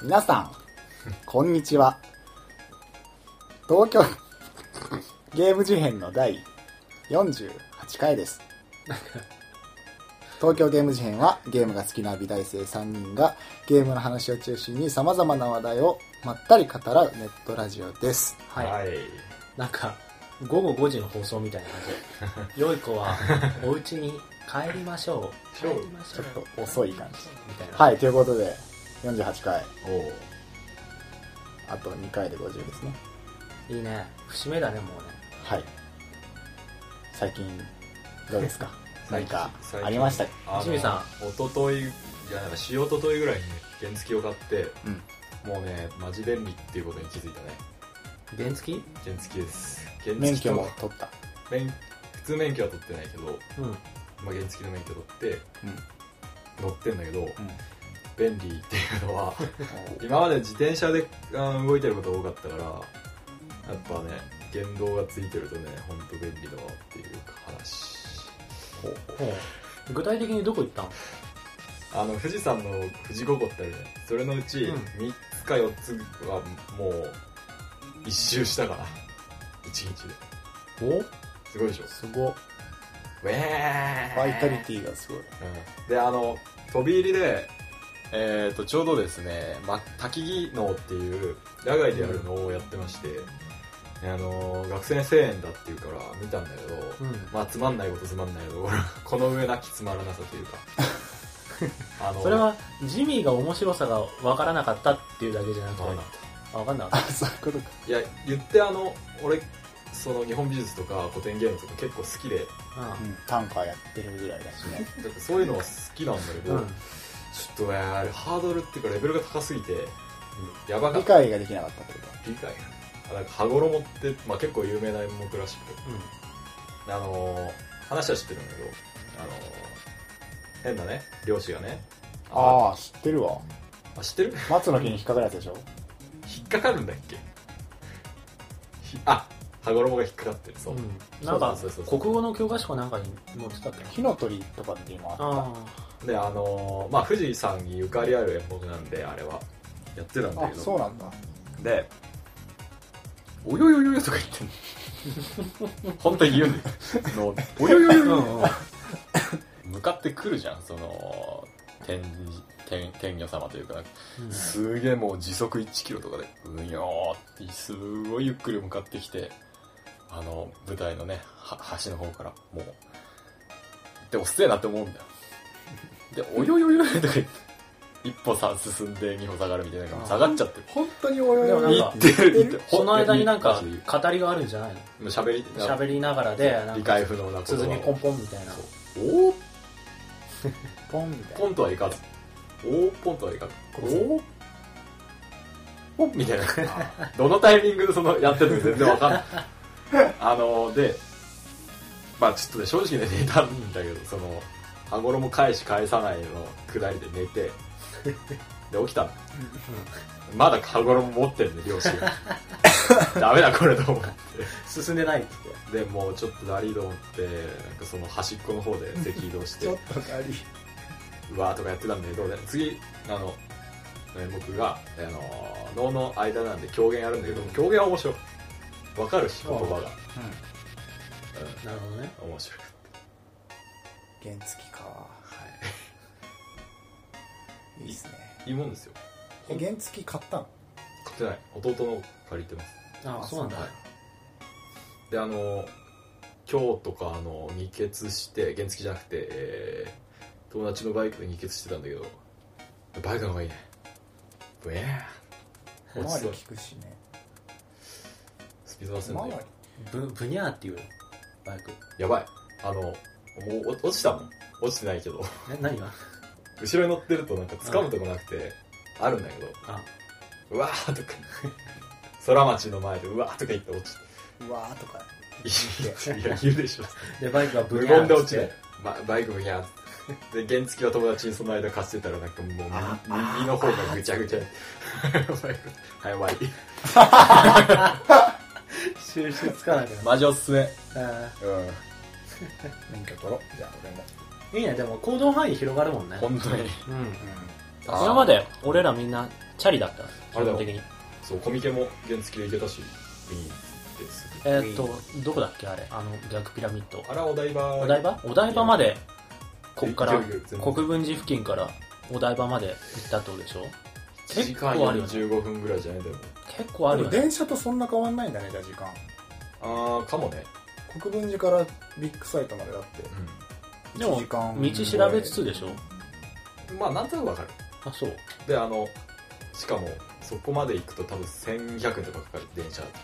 皆さん、こんにちは。東京ゲーム事変の第48回です。東京ゲーム事変はゲームが好きな美大生3人がゲームの話を中心に様々な話題をまったり語らうネットラジオです。はい、い。なんか午後5時の放送みたいな感じ良い子はお家に帰りましょう帰そうりましちょょうっと遅い感じ。みたいな、はい、ということで、48回、おうあと2回で50ですね。い、いね節目だねもうねはい。最近、どうですか何 最近か最、近ありましたかあの清水さ一昨日じゃない、しおとといぐらいにね原付を買って、うんもうね、マジ便利っていうことに気づいたね。原付き原付です。原免付許とも取った。免普通免許は取ってないけど、うんまあ、原付の免許取って、うん乗ってんだけど、うん便利っていうのは、 今まで自転車であの動いてることが多かったから、やっぱね、原動がついてるとね、ほんと便利だわっていう話。ほう具体的にどこ行ったのあの富士山の富士五湖ってあるじゃないそれのうちうん3つか4つはもう一周したから1日でおすごいでしょすごっ。ウェーバイタリティがすごい。うんであの飛び入りでえー、とちょうどですね、ま、滝技能っていう野外でやるのをやってまして、あの学生声援だっていうから見たんだけど、うんまあつまんないことつまんないことこの上なきつまらなさ というかあのそれはジミーが面白さが分からなかったっていうだけじゃなくてわかんなかったあ分かんな かあっ、そういうことか。いや言ってあの俺その日本美術とか古典芸能とか結構好きでたううん、短歌やってるぐらいだしね。だからそういうのは好きなんだけど、ん、うちんょっとねあれハードルっていうかレベルが高すぎて、やばか理った解ができなかったってこと理解あなんか羽衣って、まあ、結構有名な演目らしくてあのー話は知ってるんだけどあのー変なね漁師がねああー、知ってるわ。あ知ってる 松の木に引っかかるやつでしょ引っかかるんだっけひあ羽衣が引っかかってるそう、うんなんかそうそうそうそう国語の教科書かなんかに載ってたっけな火の鳥とかって今あった。あであのーまあ富士山にゆかりある演目なんであれはやってたんだあけ、どそうなんだ。で「およよよよ」とか言ってん の本当に言うんだよの「およよあようよ んうん向かってくるじゃんその天天天女様というかすげえもう時速1キロとかでうんよーってすごいゆっくり向かってきてあの舞台のねは端の方からもうでもせえなって思うんだよでおよよよよとか言って一歩さ進んで二歩下がるみたいな感じ下がっちゃってる本当におよでもなん言かってる言ってるその間になんかマジで語りがあるんじゃないの言う喋り喋りながらでなん理か解不能なこと鼓はポンポンみたいなそうおーポンみたいポンとはいかずおーポンとはいかずおーポンみたいなどのタイミングでそのやってるのか全然わか んないあのでまあちょっとね正直ね寝たんだけどその羽衣返し返さないの下りで寝てで起きたのまだ羽衣持ってるね両親が ダメだこれと思って進んでないって言っでもうちょっとダリード思ってなんかその端っこの方で席移動しな。ちてょっとガリ。うわーとかやってたんだけどで次あの演目が、あの脳の間なんで狂言やるんだけど狂言は面白いわかるし言葉が、てなるほどねうん、面白くてうん。原付か。はいいいっすね。いいもんですよえ原付買ったの買ってない弟の借りてますああそうなんだはいであの今日とかあの二血して原付じゃなくて、えー友達のバイクで二血してたんだけどバイクの方がいいねブエー小落ち回そりう聞くしね。スピード出せ小んだ回より。ぶぶにゃーって言うよバイクやばいあのもうお落ちたもん落ちてないけどえ何が後ろに乗ってるとなんか掴むとこなくて、あるんだけど、あうわーとか、空町の前でうわーとか言って落ちうわーとか。て、いや、言うでしょ。でバイクがぶ無にゃー言って言で落っちるて。ま、バイクブギャーで、原付は友達にその間貸してたらなんかもうあ耳耳の方がぐちゃぐちゃ。バイクはい、終わり。収拾つかなくなるマジおすすめ。うん。免許取ろう。じゃあ俺も。うんいいねでも行動範囲広がるもんね本当に。うんう今まで俺らみんなチャリだったんです基あれだよ本的にそうコミケも原付で行けたしいいですえーっとどこだっけあれあの逆ピラミッドあらお台場お台場お台場までこっから勢いよ全部国分寺付近からお台場まで行ったってことでしょ1時間結構あるよね45分ぐらいじゃないんだよね結構あるよね電車とそんな変わんないんだねじゃあ時間ああかもね国分寺からビッグサイトまでだってでも1時間道調べつつでしょうんまあなんとなくわかるあそうであのしかもそこまで行くと多分1100円とかかかる電車だと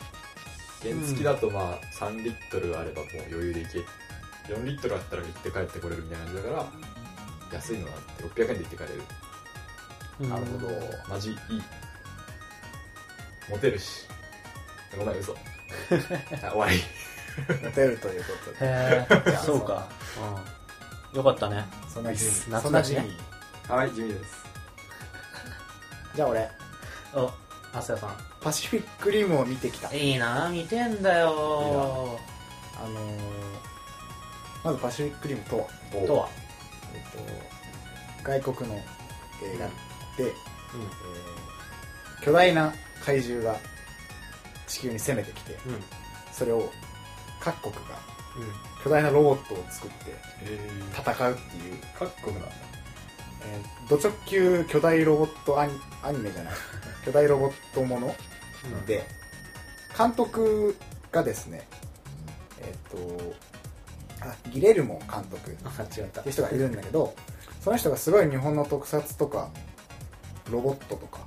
原付だとまあ3リットルあればもう余裕で行け4リットルあったら行って帰ってこれるみたいな感じだから安いのがあって600円で行って帰れるうんなるほどマジいいモテるしごめん 嘘あ終わりモテるということ でへえやそうか、うん、よかったねそんな地味夏だしねそんな地味はい地味ですじゃあ俺おアスヤさパシフィックリムを見てきたんいいな見てんだよあのーまずパシフィックリムとは、おとはえっと、外国の映画で、えー巨大な怪獣が地球に攻めてきてうんうんそれを各国が巨大なロボットを作ってえー戦うっていう、各国なんだえー、ド直球巨大ロボットアニアニメ じゃない巨大ロボットものうんで監督がですねえっ、とあギレルモ監督あ違ったっていう人がいるんだけどその人がすごい日本の特撮とかロボットとか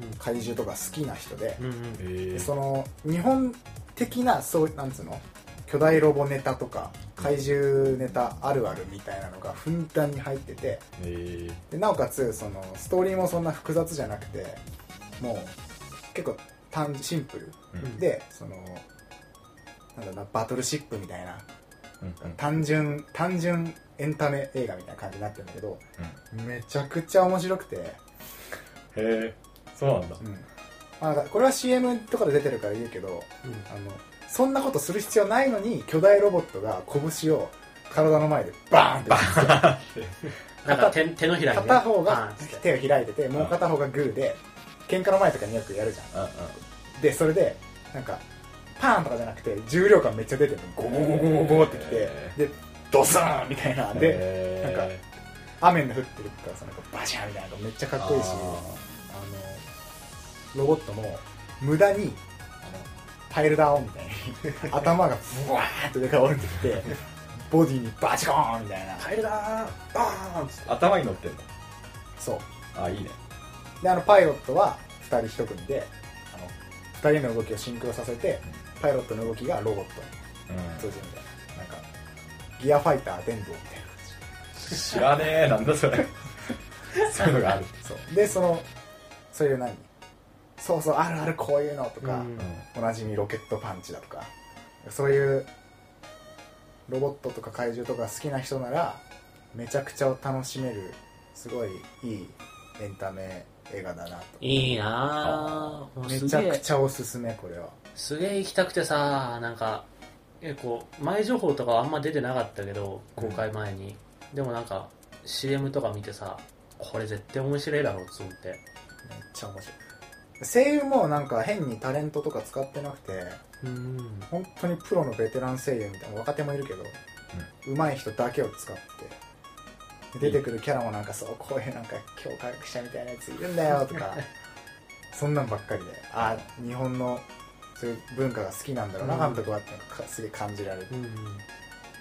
う怪獣とか好きな人でんうんうんえでーその日本的なそうなんつうの巨大ロボネタとか怪獣ネタあるあるみたいなのがふんだんに入っててえーでなおかつそのストーリーもそんな複雑じゃなくてもう結構単シンプルうんうんでそのなんだろうなバトルシップみたいなうんうん単純単純エンタメ映画みたいな感じになってるんだけどうんめちゃくちゃ面白くて、へえそうなんだうんまあ、なんかこれは CM とかで出てるから言うけどうんあのそんなことする必要ないのに巨大ロボットが拳を体の前でバーンって打つんですよなんか手手のひらに、ね、片方あがーして手を開いててもう片方がグーで喧嘩の前とかによくやるじゃうんうんんでそれでなんかパーンとかじゃなくて重量感めっちゃ出てるゴゴゴゴゴゴってきてへでドスーンみたいなでへなんーか雨の降ってるからさなんかバシャンみたいなのがめっちゃかっこいいしあのロボットも無駄にあのパイルダーオンみたいに頭がブワーッと上から降りてき てボディにバチコーンみたいなパイルだーバーンっつって頭に乗ってんのそうあいいねであのパイロットは2人1組であの2人の動きをシンクロさせてパイロットの動きがロボットにうん通じるみたいななんかギアファイター電動みたいな感じ知らねえなんだそれそういうのがあるそうでそのそういう何そうそうあるあるこういうのとか、うんおなじみロケットパンチだとかそういうロボットとか怪獣とか好きな人ならめちゃくちゃ楽しめるすごいいいエンタメ映画だなといいなあもうめすちげゃくえちゃおすすめこれはすげえ行きたくてさなんか結構前情報とかはあんま出てなかったけど公開前に、でもなんか CM とか見てさこれ絶対面白いだろうと思ってめっちゃ面白い声優もなんか変にタレントとか使ってなくてうん本当にプロのベテラン声優みたいな若手もいるけど、上手い人だけを使ってで出てくるキャラもなんかそうこういうなんか教科学者みたいなやついるんだよと かそんなんばっかりであ日本のそういう文化が好きなんだろうな、うん監督はっていうのがすげえ感じられる、うんま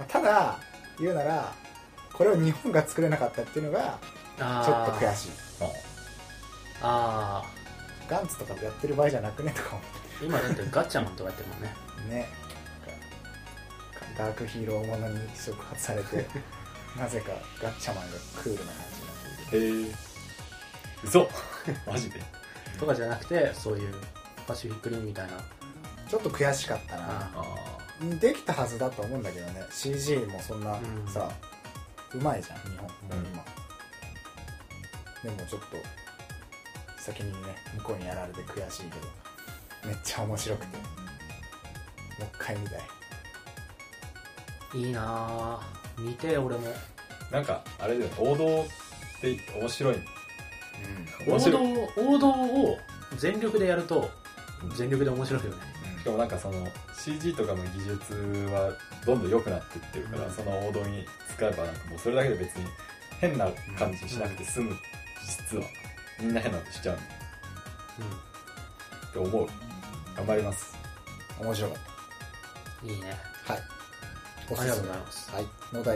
あただ言うならこれを日本が作れなかったっていうのがちょあっーと悔しいあガンツとかでやってる場合じゃなくねとか思ー今だってガッチャマンとかやってるもんねうねなんかダークヒーローものに触発され てなぜかガッチャマンがクールな感じになっているへえ嘘マジでとかじゃなくてそういうパシフィックリムみたいなちょっと悔しかったな、ああできたはずだと思うんだけどね CG もそんな、うんさうまいじゃん日本もううん今、でもちょっと先にね向こうにやられて悔しいけどめっちゃ面白くてもう一回見たいーいいなあ見て俺もなんかあれだよね王道って面白い王面道白い王道を全力でやると全力で面白いよねしかもなんかその CG とかの技術はどんどん良くなってってるから、うんその王道に使えばなんかもうそれだけで別に変な感じにしなくて済む、実はみんな変なことしちゃうって思う頑張りますうん面白かっうんいいねたはいおあすすりがとうごめざいますはい野田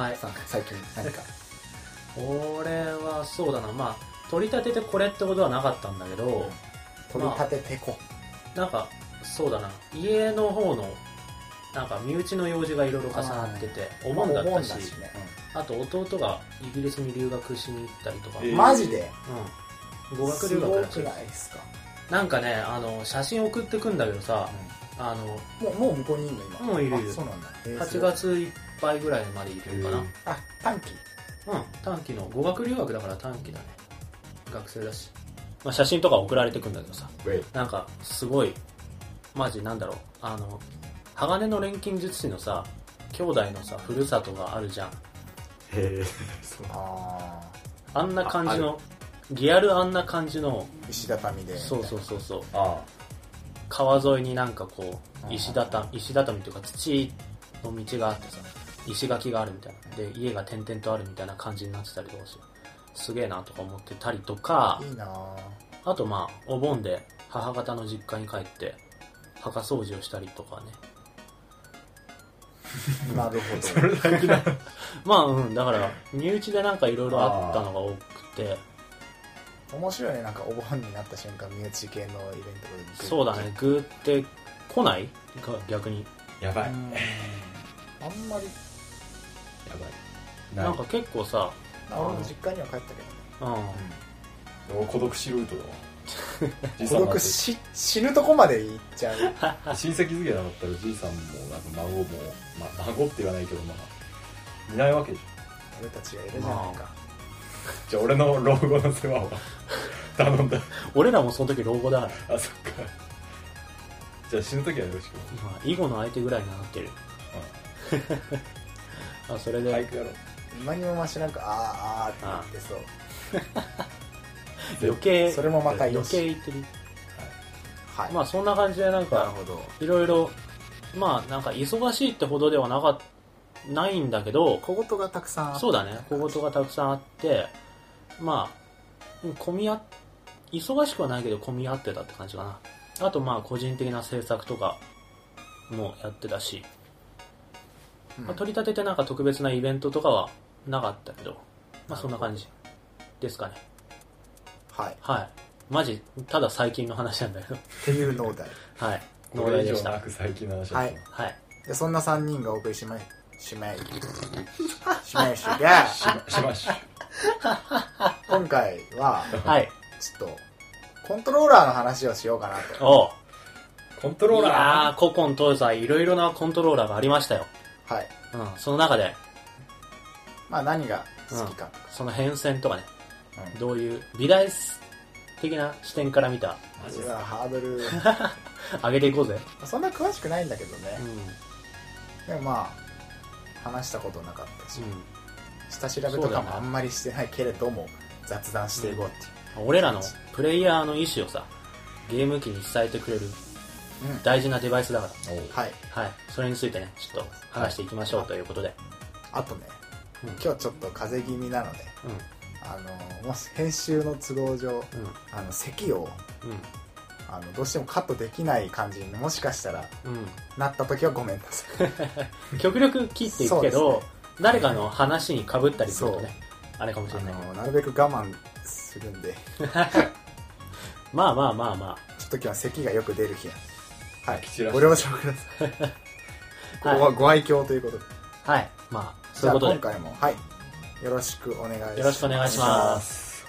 はいさん最近何か俺はそうだなまあ取り立ててこれってことはなかったんだけど取り立ててこなんかそうだな家の方のなんか身内の用事がいろいろ重なっててお盆だったしお盆ねあと弟がイギリスに留学しに行ったりとか、えーマジでうん語学留学らしすごいくないですかなんかねあの写真送ってくんだけどさあのもうもう向こうにいるの今もういるいるあそうなんだえーす8ごい月いっぱいぐらいまでいけるかな、うんあ短期うん、短期の語学留学だから短期だね学生だし、まあ、写真とか送られてくんだけどさウェイなんかすごいマジなんだろうあの鋼の錬金術師のさ兄弟のさふるさとがあるじゃんへえそうああんな感じのリアルあんな感じのあ石畳でそうそうそうそうあ川沿いになんかこあうー石畳石畳というか土の道があってさ石垣があるみたいなで家が点々とあるみたいな感じになってたりとかしてすげえなとか思ってたりとかいいなぁあとまあお盆で母方の実家に帰って墓掃除をしたりとかねなるあそれだけだまあうんだから身内でなんかいろいろあったのが多くてほ ど面白いねなんかお盆になった瞬間身内系のイベントとかでそうだねグーって来ないか逆にやばいやうんあんまりばいなんか結構さあ俺も実家には帰ったけどねうんお孤独死ルー トだわじいさん孤なんて独し死ぬとこまで行っちゃう親戚付けなかったらじいさんもなんか孫も、ま、孫って言わないけどまあいないわけじゃん俺たちがいるじゃないかじゃあ俺の老後の世話 を頼んだ俺らもその時老後だからあそっかじゃあ死ぬ時はよろしく今囲碁の相手ぐらいになってるあそれで、俳句やろう何もましなくあーあーって言ってそう余計それもまたよ余し計言ってるはいまあそんな感じでなんなるかほどいろいろまあなんか忙しいってほどではなかっないんだけど小言がたくさんあったそうだね小言がたくさんあってまあうん混み合っ忙しくはないけど混み合ってたって感じかなあとまあ個人的な制作とかもやってたし、うんまあ取り立ててなんか特別なイベントとかはなかったけどまあそんな感じですかねはいはい。マジ、ただ最近の話なんだけど。っていう脳題はい。こ農れ大以で上しなた。く最近の話だったはい。でそんな3人がお送りしまいしまいしまいしがしましまし今回ははい。ちょっとコントローラーの話をしようかなとおう。コントローいやラー、古今東西、いろいろなコントローラーがありましたよ。はいうん。その中で、まあ何が好きかその変遷とかね、うんどういう、美大的な視点から見た、ーマジそでれはハードル上げていこうぜ。そんな詳しくないんだけどねうん。うん。でもまあ話したことなかったし下調べとかもあんまりしてないけれども雑談していこうっていう俺らのプレイヤーの意思をさ、ゲーム機に伝えてくれるうん大事なデバイスだかおうはいら、はい。それについてね、ちょっと話していきましょうということで。あとねうん。今日ちょっと風邪気味なのであのもし編集の都合上うん。あの咳をうん。あのどうしてもカットできない感じにもしかしたらうん。うん。なった時はごめんなさい極力切っていくけそうど、です誰かの話にかぶったりするとねあれかもしあれないけどのなるべく我慢するんでまあまあまあまちょっと今日は咳がよく出る日やはいき散らしご了承くださいここはご愛嬌ということで、あはいまあじそういゃうあことで今回もはいよろしくお願いしますよろしくお願いします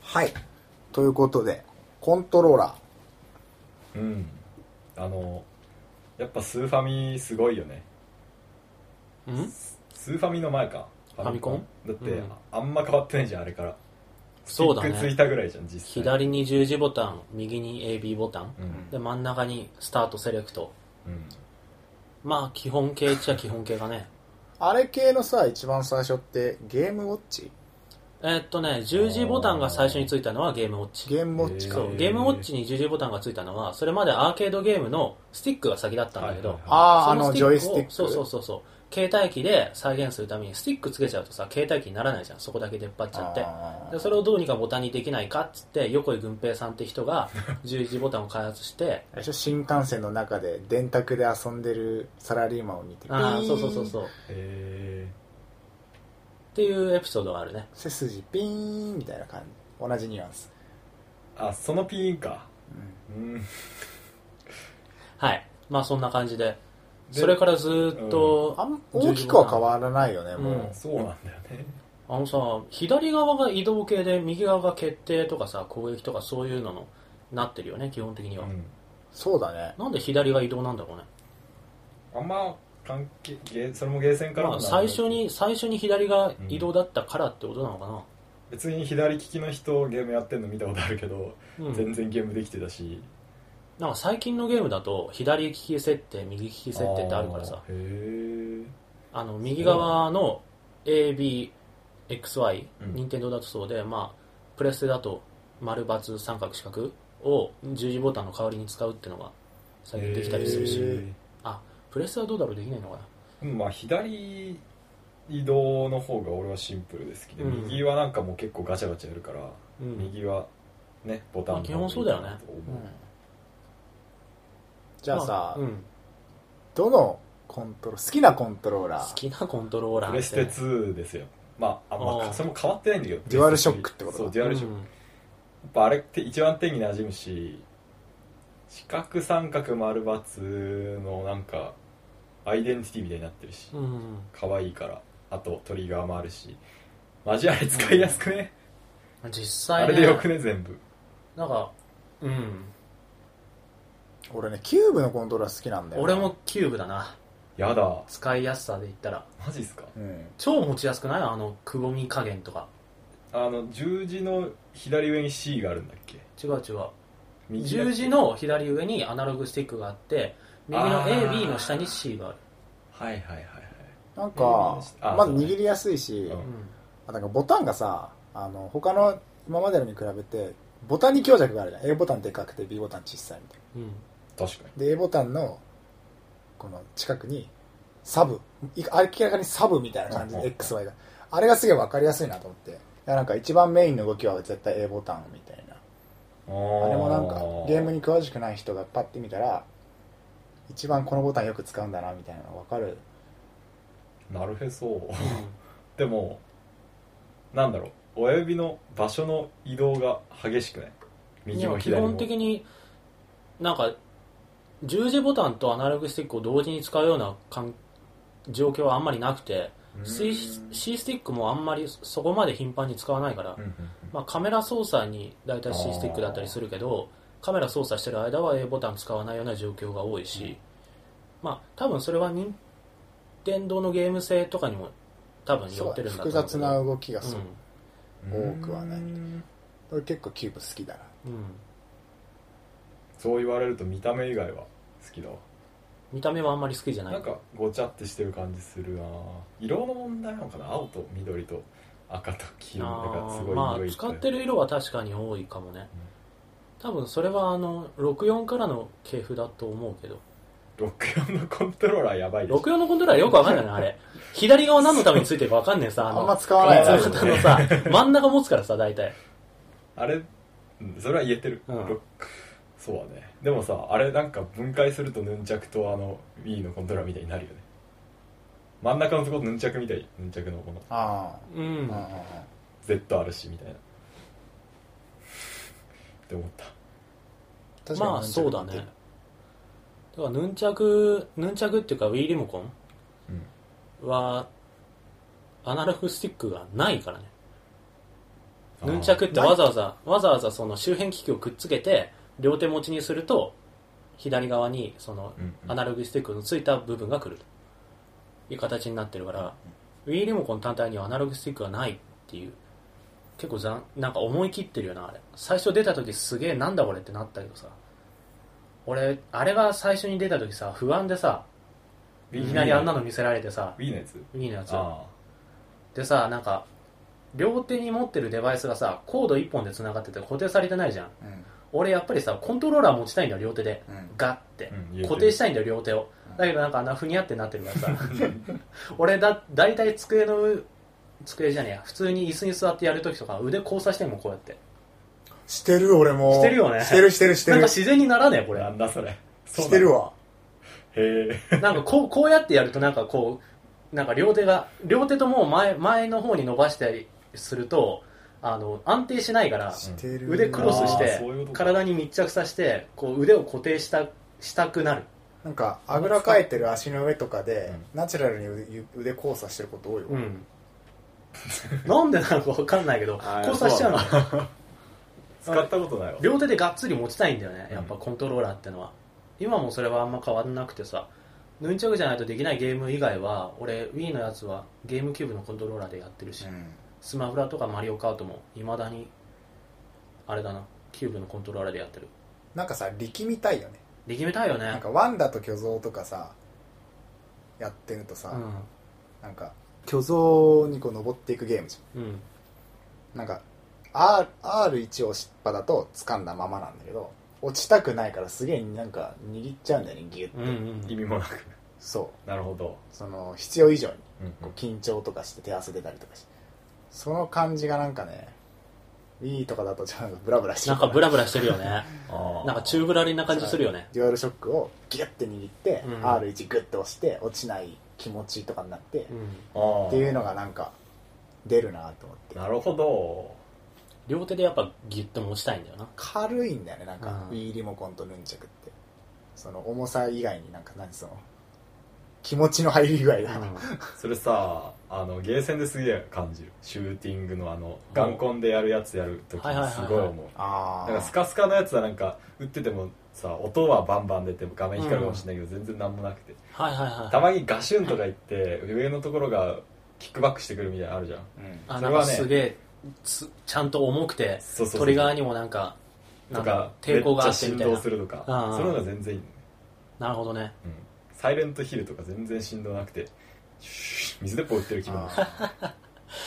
はいということでコントローラうんあのやっぱスーファミすごいよねうんスーファミの前かァミコンだって、うんあんま変わってないじゃんあれからそうだスティックついねたぐらいじゃん実際左に十字ボタン右に AB ボタンうんで真ん中にスタートセレクトうんまあ基本形っちゃ基本形がねあれ系のさ一番最初ってゲームウォッチえーっとね十字ボタンが最初についたのはゲームウォッチゲームウォッチか、そうゲームウォッチに十字ボタンがついたのはそれまでアーケードゲームのスティックが先だったんだけど、はいはいはいあああそのジョックをイスティックそうそうそうそう携帯機で再現するためにスティックつけちゃうとさ携帯機にならないじゃんそこだけ出っ張っちゃってあーでそれをどうにかボタンにできないかっつって横井軍平さんって人 が十字ボタンを開発してあれでしょ新幹線の中で電卓で遊んでるサラリーマンを見てあピーーンそうそうそうそうっへていうエピソードがあるね背筋ピーンみたいな感じ同じニュアンス、ーあそのピーンかうんうんはいまあそんな感じででそれからずーっと、あん大きくは変わらないよね、もう、うんそうなんだよねあのさ左側が移動系で右側が決定とかさ攻撃とかそういうののなってるよね基本的には、そうだねなんで左が移動なんだろうねあんま関係ゲーそれもゲーセンからまもあ、なんだけ最ど初に最初に左が移動だったからってことなのか別に左利きの人ゲームやってんの見たことあるけど、な、うん全然ゲームできてたしなんか最近のゲームだと左利き設定右利き設定ってあるからさへえあの右側の ABXY うん任天堂だとそうで、まあ、プレステだと丸×三角四角を十字ボタンの代わりに使うってのが最近できたりするし、あプレステはどうだろうできないのかなまあ左移動の方が俺はシンプルですけど、うん右はなんかもう結構ガチャガチャやるから、うん右はねボタンの方がいいまあ基本そうだよねなと思ううんじゃあさ、うん、どのコントロ好きなコントローラ好ーきなコントローラープレステ2ですよまああんあーまそれも変わってないんだけどデュアルショックってことだそうデュアルショック、やっぱあれって一番手に馴染むし四角三角丸×のなんかアイデンティティみたいになってるし、うん、うん可愛いからあとトリガーもあるしマジあれ使いやすくね、実あ際、ね、れでよくね全部なんか、うん、俺ねキューブのコントローラー好きなんだよ俺もキューブだなやだ使いやすさで言ったらマジっすかうん超持ちやすくないあのくぼみ加減とかあの十字の左上に C があるんだっけ違う違う右だっ十け字の左上にアナログスティックがあって右のあー AB の下に C があるはいはいはいはいなんかあまずそうね握りやすいし、うんあなんかボタンがさあの他の今までのに比べてボタンに強弱があるじゃん A ボタンでかくて B ボタン小さいみたい うん、うん、確かになで A ボタンのこの近くにサブい明らかにサブみたいな感じうんでうん XY があれがすげえ分かりやすいなと思っていやなんか一番メインの動きは絶対 A ボタンみたいなああれれもなんかゲームに詳しくない人がパッて見たら一番このボタンよく使うんだなみたいなの分かるなるへそ でもなんだろう親指の場所の移動が激しくない右も基左も本的になんか十字ボタンとアナログスティックを同時に使うような環状況はあんまりなくてうん C, C スティックもあんまりそこまで頻繁に使わないからうんうんうんまあ、カメラ操作に大体 C スティックだったりするけどカメラ操作してる間は A ボタン使わないような状況が多いし、まあ多分それは任天堂のゲーム性とかにも多分寄そうってだねるんだ複と思う雑な動きがけすどる、うん多くはない俺結構キューブ好きだなうん、うん、そう言われると見た目以外は好きだわ見た目はあんまり好きじゃないなんかごちゃってしてる感じするな色の問題なのかな青と緑と赤と黄色あだからすーごいま色いあっ使ぱいってる色は確かに多いかもね、多分それはあの64からの系譜だと思うけど64のコントローラーやばいでしょ64のコントローラーよくわかんないなあれ左側何のためについてるかわかんねえさああのんま使わないあなー普通のさ真ん中持つからさ大体あれうんそれは言えてる、うんろそうだねでもさあれなんか分解するとヌンチャクとあの Wii のコントローラーみたいになるよね真ん中のとこヌンチャクみたいヌンチャクのこのあうあ、んうんうんうん Z あるしみたいなって思った確かにまあそうだねだからヌンチャクヌンチャクっていうか Wii リモコンは、アナログスティックがないからねあーヌンチャクってわざわざわざわざその周辺機器をくっつけて両手持ちにすると左側にそのうんうんアナログスティックのついた部分が来るという形になってるから Wii リモコン単体にはアナログスティックがないっていう結構ざんなんか思い切ってるよなあれ最初出た時すげえなんだこれってなったけどさ俺あれが最初に出た時さ不安でさいきなりあんなの見せられてさ Wii のやつ Wii のやつあでさなんか両手に持ってるデバイスがさコード1本で繋がってて固定されてないじゃんうん俺やっぱりさコントローラー持ちたいんだよ両手でうんガッてうん言えてる固定したいんだよ両手をだけどなんかあんなふにゃってなってるから さ 俺だ大体机の上机じゃねえや普通に椅子に座ってやるときとか腕交差してんもんこうやってしてる俺もしてるよねしてるしてるしてなんかる自然にならねえこあれなんだそれそうしなのてるわへなんかこうこうやってやるとなんかこうなんか両手が両手ともう前前の方に伸ばしたりするとあの安定しないからしてる腕クロスしあーてそういうことか体に密着させてこう腕を固定したしたくなるなんかあぐらかいてる足の上とかで、うんナチュラルに腕腕交差してること多いよ、うん なんでなのか分かんないけどあー交差しちゃうのえ使ったことないわ両手でがっつり持ちたいんだよねやっぱコントローラーってのは、今もそれはあんま変わんなくてさヌンチャクじゃないとできないゲーム以外は俺 Wii のやつはゲームキューブのコントローラーでやってるし、うんスマブラとかマリオカートもいまだにあれだなキューブのコントローラーでやってるなんかさ力みたいよね力めたいよねなんかワンダと巨像とかさやってるとさ、うなんか巨像にこう登っていくゲームじんうんゃんなんか R R1 をしっぱだと掴んだままなんだけど落ちたくないからすげえなんか握っちゃうんだよねギュッて、うんうん意味もなくそうなるほどその必要以上にうんうんこう緊張とかして手汗出たりとかしてその感じがなんかねいいとかだとちょっとブラブラしてなんかブラブラしてるよ ねあーなんか中ぶらりんな感じするよねデュアルショックをギュッて握って、うん R1 グッて押して落ちない気持ちとかになって、うっんあーていうのがなんか出るなと思ってなるほど両手でやっぱギュッと持ちたいんだよな軽いんだよねなんか、うん Wii リモコンとヌンチャクってその重さ以外になんか何その気持ちの入り具合が、それさあのゲーセンですげえ感じるシューティングのあの眼コンでやるやつやるときはいはいはいすごい思うあだからスあカスカのやつはなんか打っててもさ音はバンバン出て画面光るかもしれないけど全然なんもなくてはいはいはいたまにガシュンとか言って上のところがキックバックしてくるみたいなのあるじゃんあそなれんはかねすげえつちゃんと重くてそうそうそうトリガーにもなんかなとんかか抵抗があってめっみちたいゃ振な動するとかうんうんそういうのが全然いいのねなるほどねうんサイレントヒルとか全然振動なくてシュー水鉄砲打ってる気分あー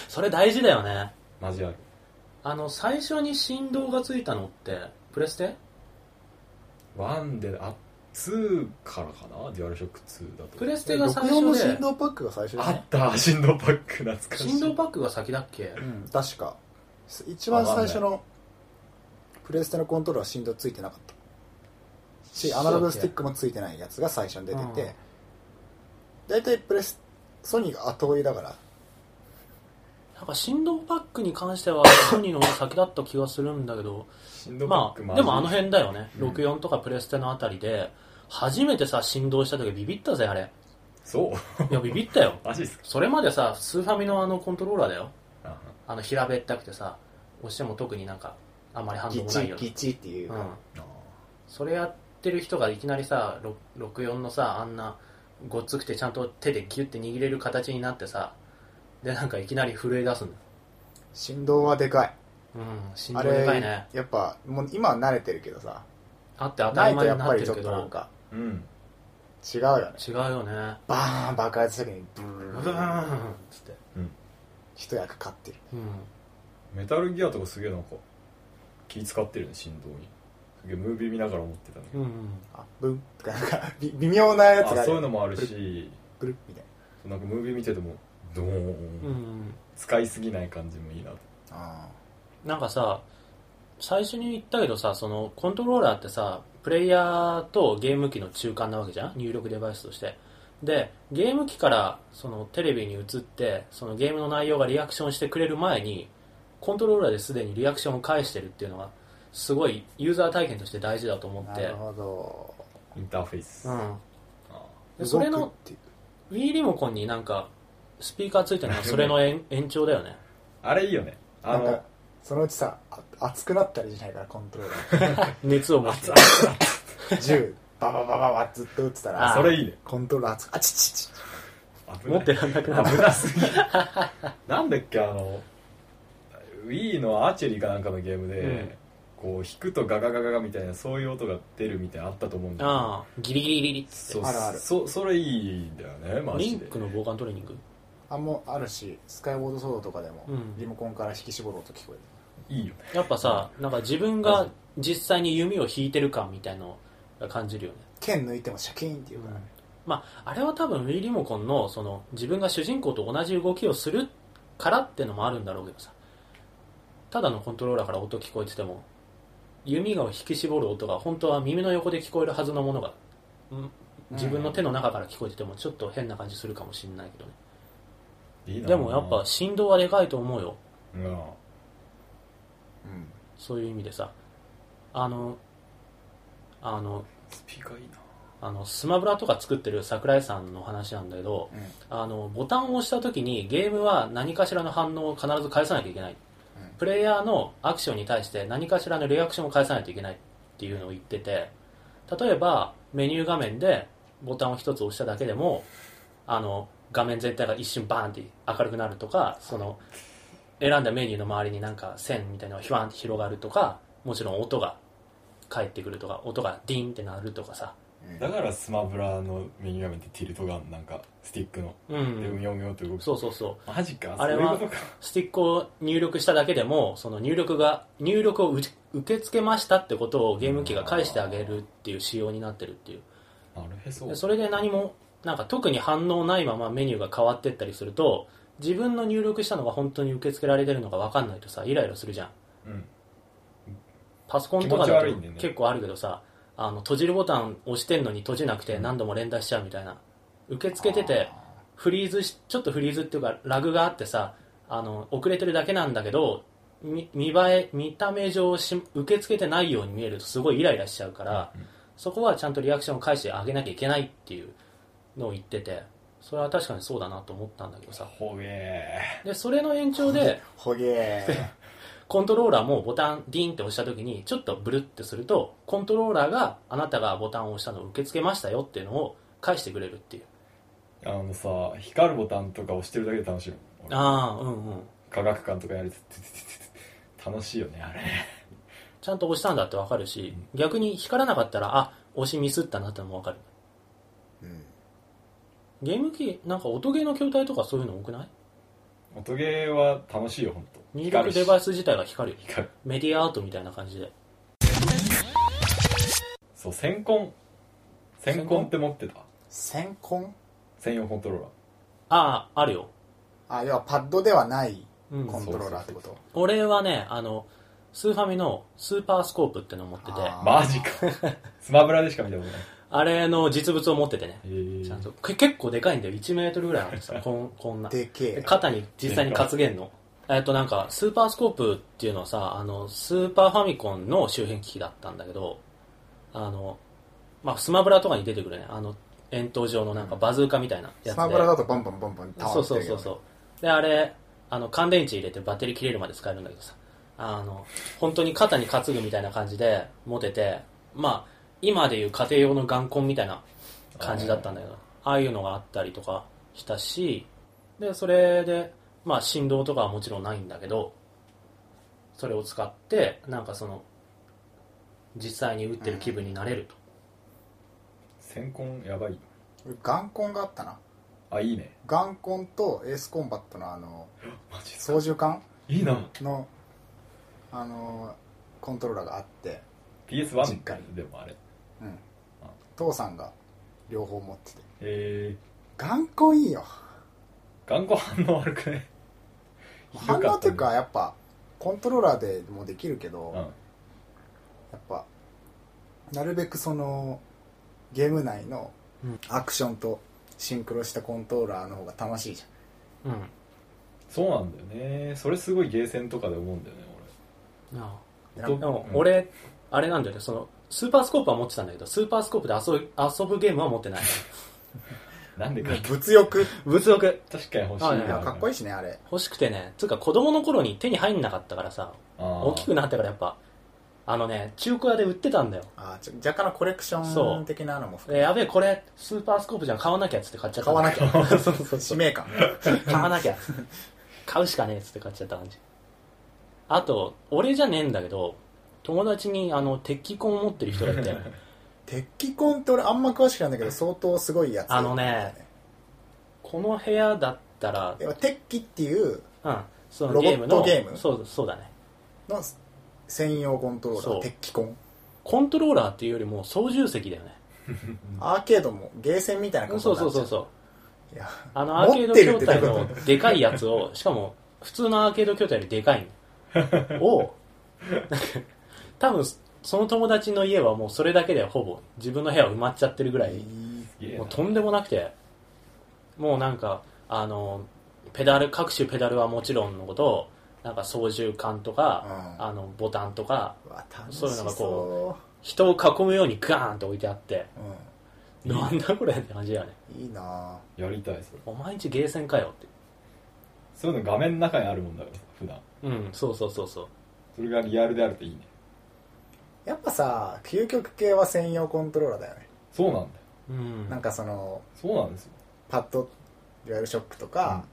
それ大事だよねマジあるあの最初に振動がついたのってプレステワンであ2からかなデュアルショック2だとプレステが最64の初振で動パックが最初だあねった振動パック懐かしい振動パックが先だっけうん確か一番最初のプレステのコントローラーは振動ついてなかったしアナログスティックもついてないやつが最初に出てうんて大体プレスソニーが後追いだからなんか振動パックに関 してはソニーの方が先だった気がするんだけど振動パッまクあでもあの辺だよね、うん64とかプレステのあたりで初めてさ振動した時ビビったぜあれそういやビビったよマジっすかそれまでさスーファミのあのコントローラーだよああの平べったくてさ押しても特になんかあんまり反応ギもチないよギチっていうう、んあそれやってる人がいきなりさろ64のさあんなごっつくてちゃんと手でギュッて握れる形になってさでなんかいきなり震え出すんだ振動はでかいうん心あ臓れでかいねやっぱもう今は慣れてるけどさあって当たなりいと前やにっなぱってりちるょっけとなんどかうん違うよね違うよねバーン爆発した時にブブーンーンっつって一役買ってるうんメタルギアとかすげえなんか気使ってるね振動にすげえムービー見ながら思ってたねうんうんあブンとかなんかび微妙なやつがああそるういうのもあるしブルッみたいなんかムービー見ててもドーうン、ん使いすぎない感じもいいなとなあなんかさ最初に言ったけどさそのコントローラーってさプレイヤーとゲーム機の中間なわけじゃん入力デバイスとしてでゲーム機からそのテレビに移ってそのゲームの内容がリアクションしてくれる前にコントローラーですでにリアクションを返してるっていうのがすごいユーザー体験として大事だと思ーっなてるほどインターフェース、うあんで動それくっのていう Wii リモコンになんかスピーカーついてるのはそれの延延長だよねあれいいよねあなんのかそのうちさあ熱くなったりしないからコントロー熱を持ってラー銃バババババずっと撃ってたあらそれいいね コントローラー熱くあちちちあ危ない持ってらんなくなる危なすぎる なんだっけあの Wii のアーチェリーかなんかのゲームで、うんこう弾くとガガガガガみたいなそういう音が出るみたいなのあったと思うんだけどああギリギリギリそうあるあるそそれいいんだよねマリジンでクの防寒トレーニングあもうあるしスカイボードソードとかでも、うんリモコンから引き絞る音聞こえるいいよねやっぱさなんか自分が実際に弓を引いてる感みたいのが感じるよね剣抜いてもシャキーンっていうからね、まあ、あれは多分 Wii リモコンのその自分が主人公と同じ動きをするからってのもあるんだろうけどさただのコントローラーから音聞こえてても弓が引き絞る音が本当は耳の横で聞こえるはずのものがん自分の手の中から聞こえててもちょっと変な感じするかもしれないけどねいいなでもやっぱ振動はでかいと思うようんうんそういう意味でさあのあのスピーカーいいなあのスマブラとか作ってる桜井さんの話なんだけど、うんあのボタンを押した時にゲームは何かしらの反応を必ず返さなきゃいけない、プレイヤーのアクションに対して何かしらのリアクションを返さないといけないっていうのを言ってて例えばメニュー画面でボタンを一つ押しただけでもあの画面全体が一瞬バーンって明るくなるとかその選んだメニューの周りになんか線みたいなのがひわーンって広がるとかもちろん音が返ってくるとか音がディーンってなるとかさだからスマブラのメニュー画面ってティルトガンなんかスティックのうでうんみょうみょうって動くそうそうそうマジかあれそういうはことかスティックを入力しただけでもその入力が入力を受受け付けましたってことをゲーム機が返してあげるっていう仕様になってるっていうなるへそでそれで何もなんか特に反応ないままメニューが変わってったりすると自分の入力したのが本当に受け付けられてるのか分かんないとさイライラするじゃんうんパソコンとかだ気持ち悪といんだよね結構あるけどさ、あの閉じるボタン押してんのに閉じなくて何度も連打しちゃうみたいな受け付けててフリーズしちょっとフリーズっていうかラグがあってさあの遅れてるだけなんだけどみ見栄え見た目上し受け付けてないように見えるとすごいイライラしちゃうから、そこはちゃんとリアクションを返してあげなきゃいけないっていうのを言っててそれは確かにそうだなと思ったんだけどさほげえでそれの延長 でほげーコントローラーもボタンディーンって押した時にちょっとブルってするとコントローラーがあなたがボタンを押したのを受け付けましたよっていうのを返してくれるっていうあのさ光るボタンとか押してるだけで楽しいもん俺ああうんうん科学館とかやるとててててて楽しいよねあれちゃんと押したんだってわかるし、逆に光らなかったらあ押しミスったなってのもわかるうんゲーム機なんか音ゲーの筐体とかそういうの多くない音ゲーは楽しいよ本当入力デバイイス自体が光るよ光るメディアアートみたいな感じでそう線コン線コンって持ってた線痕専用コントローラーあああるよ、あ要はパッドではないうん、コントローラーってこと俺はねあのスーファミのスーパースコープってのを持っててああーマジかスマブラでしか見たことないれの実物を持っててねえーちゃんとけ結構でかいんだよ1メートルぐらいあるんですよこん こんなでけえ肩に実際に担げんのえっとなんかスーパースコープっていうのはさあのスーパーファミコンの周辺機器だったんだけどあの、まあ、スマブラとかに出てくるねあの円筒状のなんかバズーカみたいなやつでスマブラだとバンバンバンバン倒そうってそうるけそどうそうであれあの乾電池入れてバッテリー切れるまで使えるんだけどさあの本当に肩に担ぐみたいな感じで持ててまあ今でいう家庭用の眼コンみたいな感じだったんだけどああいうのがあったりとかしたしでそれでまあ振動とかはもちろんないんだけどそれを使ってなんかその実際に打ってる気分になれると、線コンやばいガンコンがあったなあいいねガンコンとエースコンバットのあのマジ操縦桿いいなのあのコントローラーがあって PS1 実家にでもあれうんあ父さんが両方持っててえガンコンいいよー、頑固反応悪くね反応っていうかやっぱコントローラーでもできるけど、うんやっぱなるべくそのゲーム内のうんアクションとシンクロしたコントローラーの方が楽しいじうんそうなんだよねそれすごいゲーセンとかで思うんだよねなあゃんなんでかもうん俺、あれなんだよねそのスーパースコープは持ってたんだけどスーパースコープで遊ぶ遊ぶゲームは持ってない俺なんでか 物欲物欲確かに欲しいあいねやかっこいいいしねあれ欲しくてねつうか子供の頃に手に入んなかったからさ大大きくなってからやっぱあのね、中古屋で売ってたんだよ。あーちょ若干のコレクション的なのも含えーやべえ、これ、スーパースコープじゃん、買わなきゃっつって買っちゃった。買わなきゃそうそうそう使命感買わなきゃ。買うしかねえっつって買っちゃった感じ。あと、俺じゃねえんだけど、友達に、あの、鉄器婚を持ってる人がい て、鉄器コンって俺あんま詳しくないんだけど相当すごいやつあのねこの部屋だったら、要は鉄器っていううん、そロボのゲッートムの、ゲームそう、そうだね。の専用コントローラそーう鉄器コンコントローラーっていうよりも操縦席だよね。アーケードもゲーセンみたいな感じそにうなっちそゃうそううそう。いやあのアーケード筐体持ってるってどういうのでかいやつを、しかも普通のアーケード筐体よりでかい のを、多分その友達の家はもうそれだけでほぼ自分の部屋埋まっちゃってるぐらい、すげえもうなとんでもなくて、もうなんか、あの、ペダル、各種ペダルはもちろんのこと、なんか操縦桿とか、うんあの、ボタンとか、うわ楽しそそうういうのがこ人を囲むようにガーンと置いてあって、いいねなんだこれって感じだよね。うん、いいなやりたいそれお前んちゲーセンかよって。そういうの画面の中にあるもんだからさ普段うん、そうそうそうそう。それがリアルであるといいねやっぱさ究極系は専用コントローラーだよね、そうなんだようん、なんかそのそうなんですよパッドデュアルショックとか、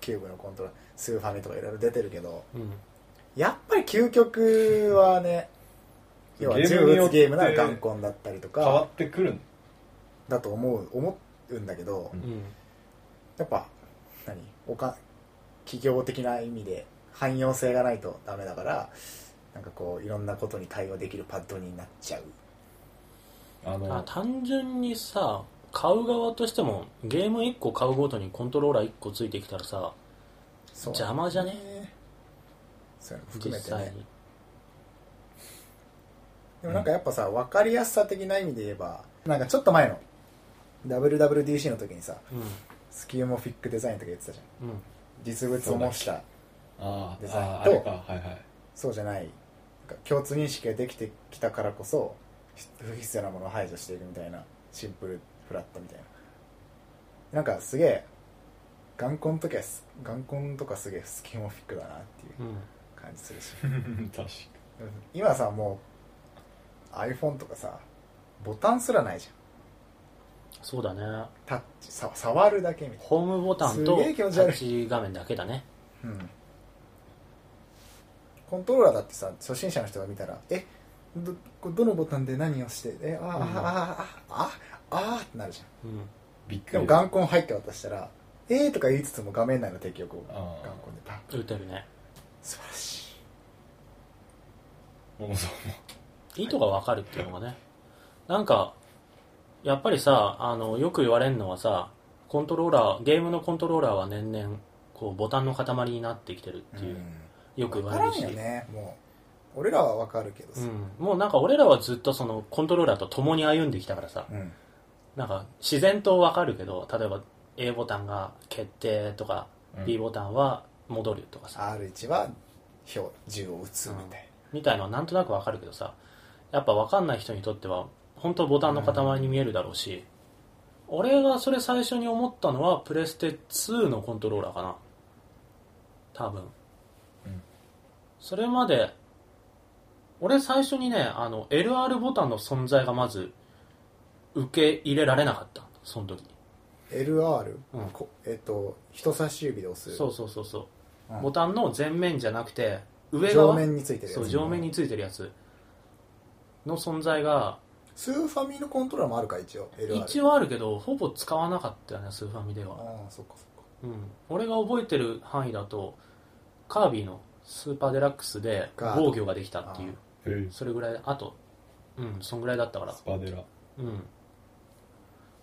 キューブのコントローラースーファミとかいろいろ出てるけどうん、やっぱり究極はね要はゲ銃ームによ撃っつてゲームならガンコンだったりと変わかってくるんだと思う思うんだけど、うんうん、やっぱ何おか企業的な意味で汎用性がないとダメだからなんかこういろんなことに対応できるパッドになっちゃうあのあ単純にさ買う側としてもゲーム1個買うごとにコントローラー1個ついてきたらさそう邪魔じゃねそういうの実含めて際ねにでもなんかやっぱさ分かりやすさ的な意味で言えばなんかちょっと前の WWDC の時にさスキューモフィックデザインとか言ってたじゃんうんうん実物を模したあーデザインあーあとれかはいはい そうじゃないなんか共通認識ができてきたからこそ不必要なものを排除していくみたいなシンプルフラットみたいななんかすげえ眼根とかす眼根とかすげえスキンオフィックだなっていううん感じするし確か今さもう iPhone とかさボタンすらないじゃんそうだねタッチさ触るだけみたいホームボタンとすげえ気タ持ち悪いッチ画面だけだねなうんコントローラーだってさ初心者の人が見たらえどこどのボタンで何をしてえあー、うあーんあーあーあーってなるじゃんうんびっでくもり眼根入って渡したら「えー」とか言いつつも画面内の敵をこう眼あー根でパン打てるね素晴らしもうそう意図がわかるっていうのがねなんかやっぱりさあのよく言われるのはさコントローラーゲームのコントローラーは年々こうボタンの塊になってきてるっいていう、うよくん分言わかれらるんしよねもう俺らは分かるけどうさん、もうなんか俺らはずっとそのコントローラーと共に歩んできたからさうんなんか自然とわかるけど例えば A ボタンが決定とか、うん B ボタンは戻るとかさ R1 は表銃を撃つみたいみたいのはなんとなくわかるけどさやっぱわかんない人にとっては本当ボタンの塊に見えるだろうし、俺がそれ最初に思ったのはプレステ2のコントローラーかな多分、うんそれまで俺最初にねあの LR ボタンの存在がまず受け入れられなかったその時 LR、うんこえっと人差し指で押すそうそうそうそうう、んボタンの前面じゃなくて上上側面についてるやそうつ上面についてるやつの存在がスーファミのコントローラーもあるか一応 LR 一応あるけどほぼ使わなかったよねスーファミでは、ああそっかそっかうん、俺が覚えてる範囲だとカービィのスーパーデラックスでガード防御ができたっていうへーそれぐらいあとうんそんぐらいだったからスパデラうん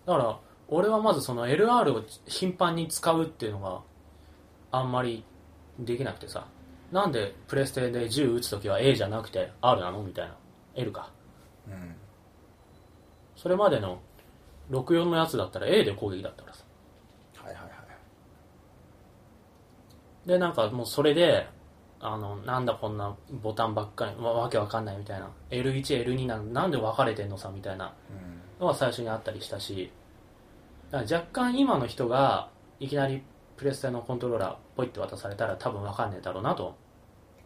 だから俺はまずその LR を頻繁に使うっていうのがあんまりできなくてさなんでプレステで銃撃つ時は A じゃなくて R なのみたいな L かうんそれまでの64のやつだったら A で攻撃だったからさはいはいはいでなんかもうそれであのなんだこんなボタンばっかりわわけわかんないみたいな L1L2 なんなんで分かれてんのさみたいなうんのは最初にあったりしたしだから若干今の人がいきなりプレステのコントローラーポイって渡されたら多分わかんねえだろうなと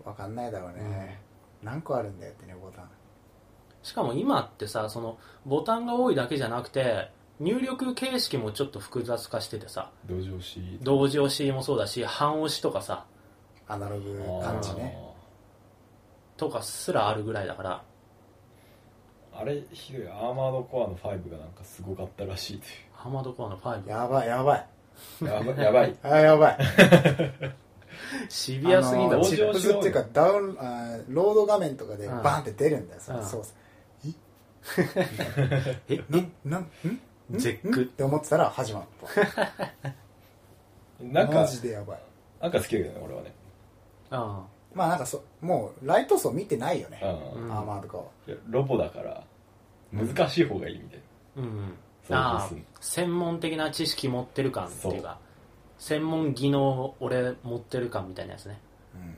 分かんないだろうね、何個あるんだよってねボタンしかも今ってさそのボタンが多いだけじゃなくて入力形式もちょっと複雑化しててさ同情し同時押しもそうだし半押しとかさアナログあー感じねとかすらあるぐらいだからあれひどいアーマードコアの5がなんかすごかったらしいといハーマードコアの5やばいやばいうやばやば いあーやばいシビアすぎんだあのろチップスっていうかダウンあーロード画面とかでうんバンって出るんだよ、そのうん操作えななんんんゼッんっクて思ってたら始まったなんマかジでやばいなんか好きだけどね俺はねあまあなんかそもうライト層見てないよね、うんうんアーマーとかはいやロボだから難しい方がいいみたいうんうんなあそうあです専門的な知識持ってる感っていうか専門技能俺持ってる感みたいなやつね、うん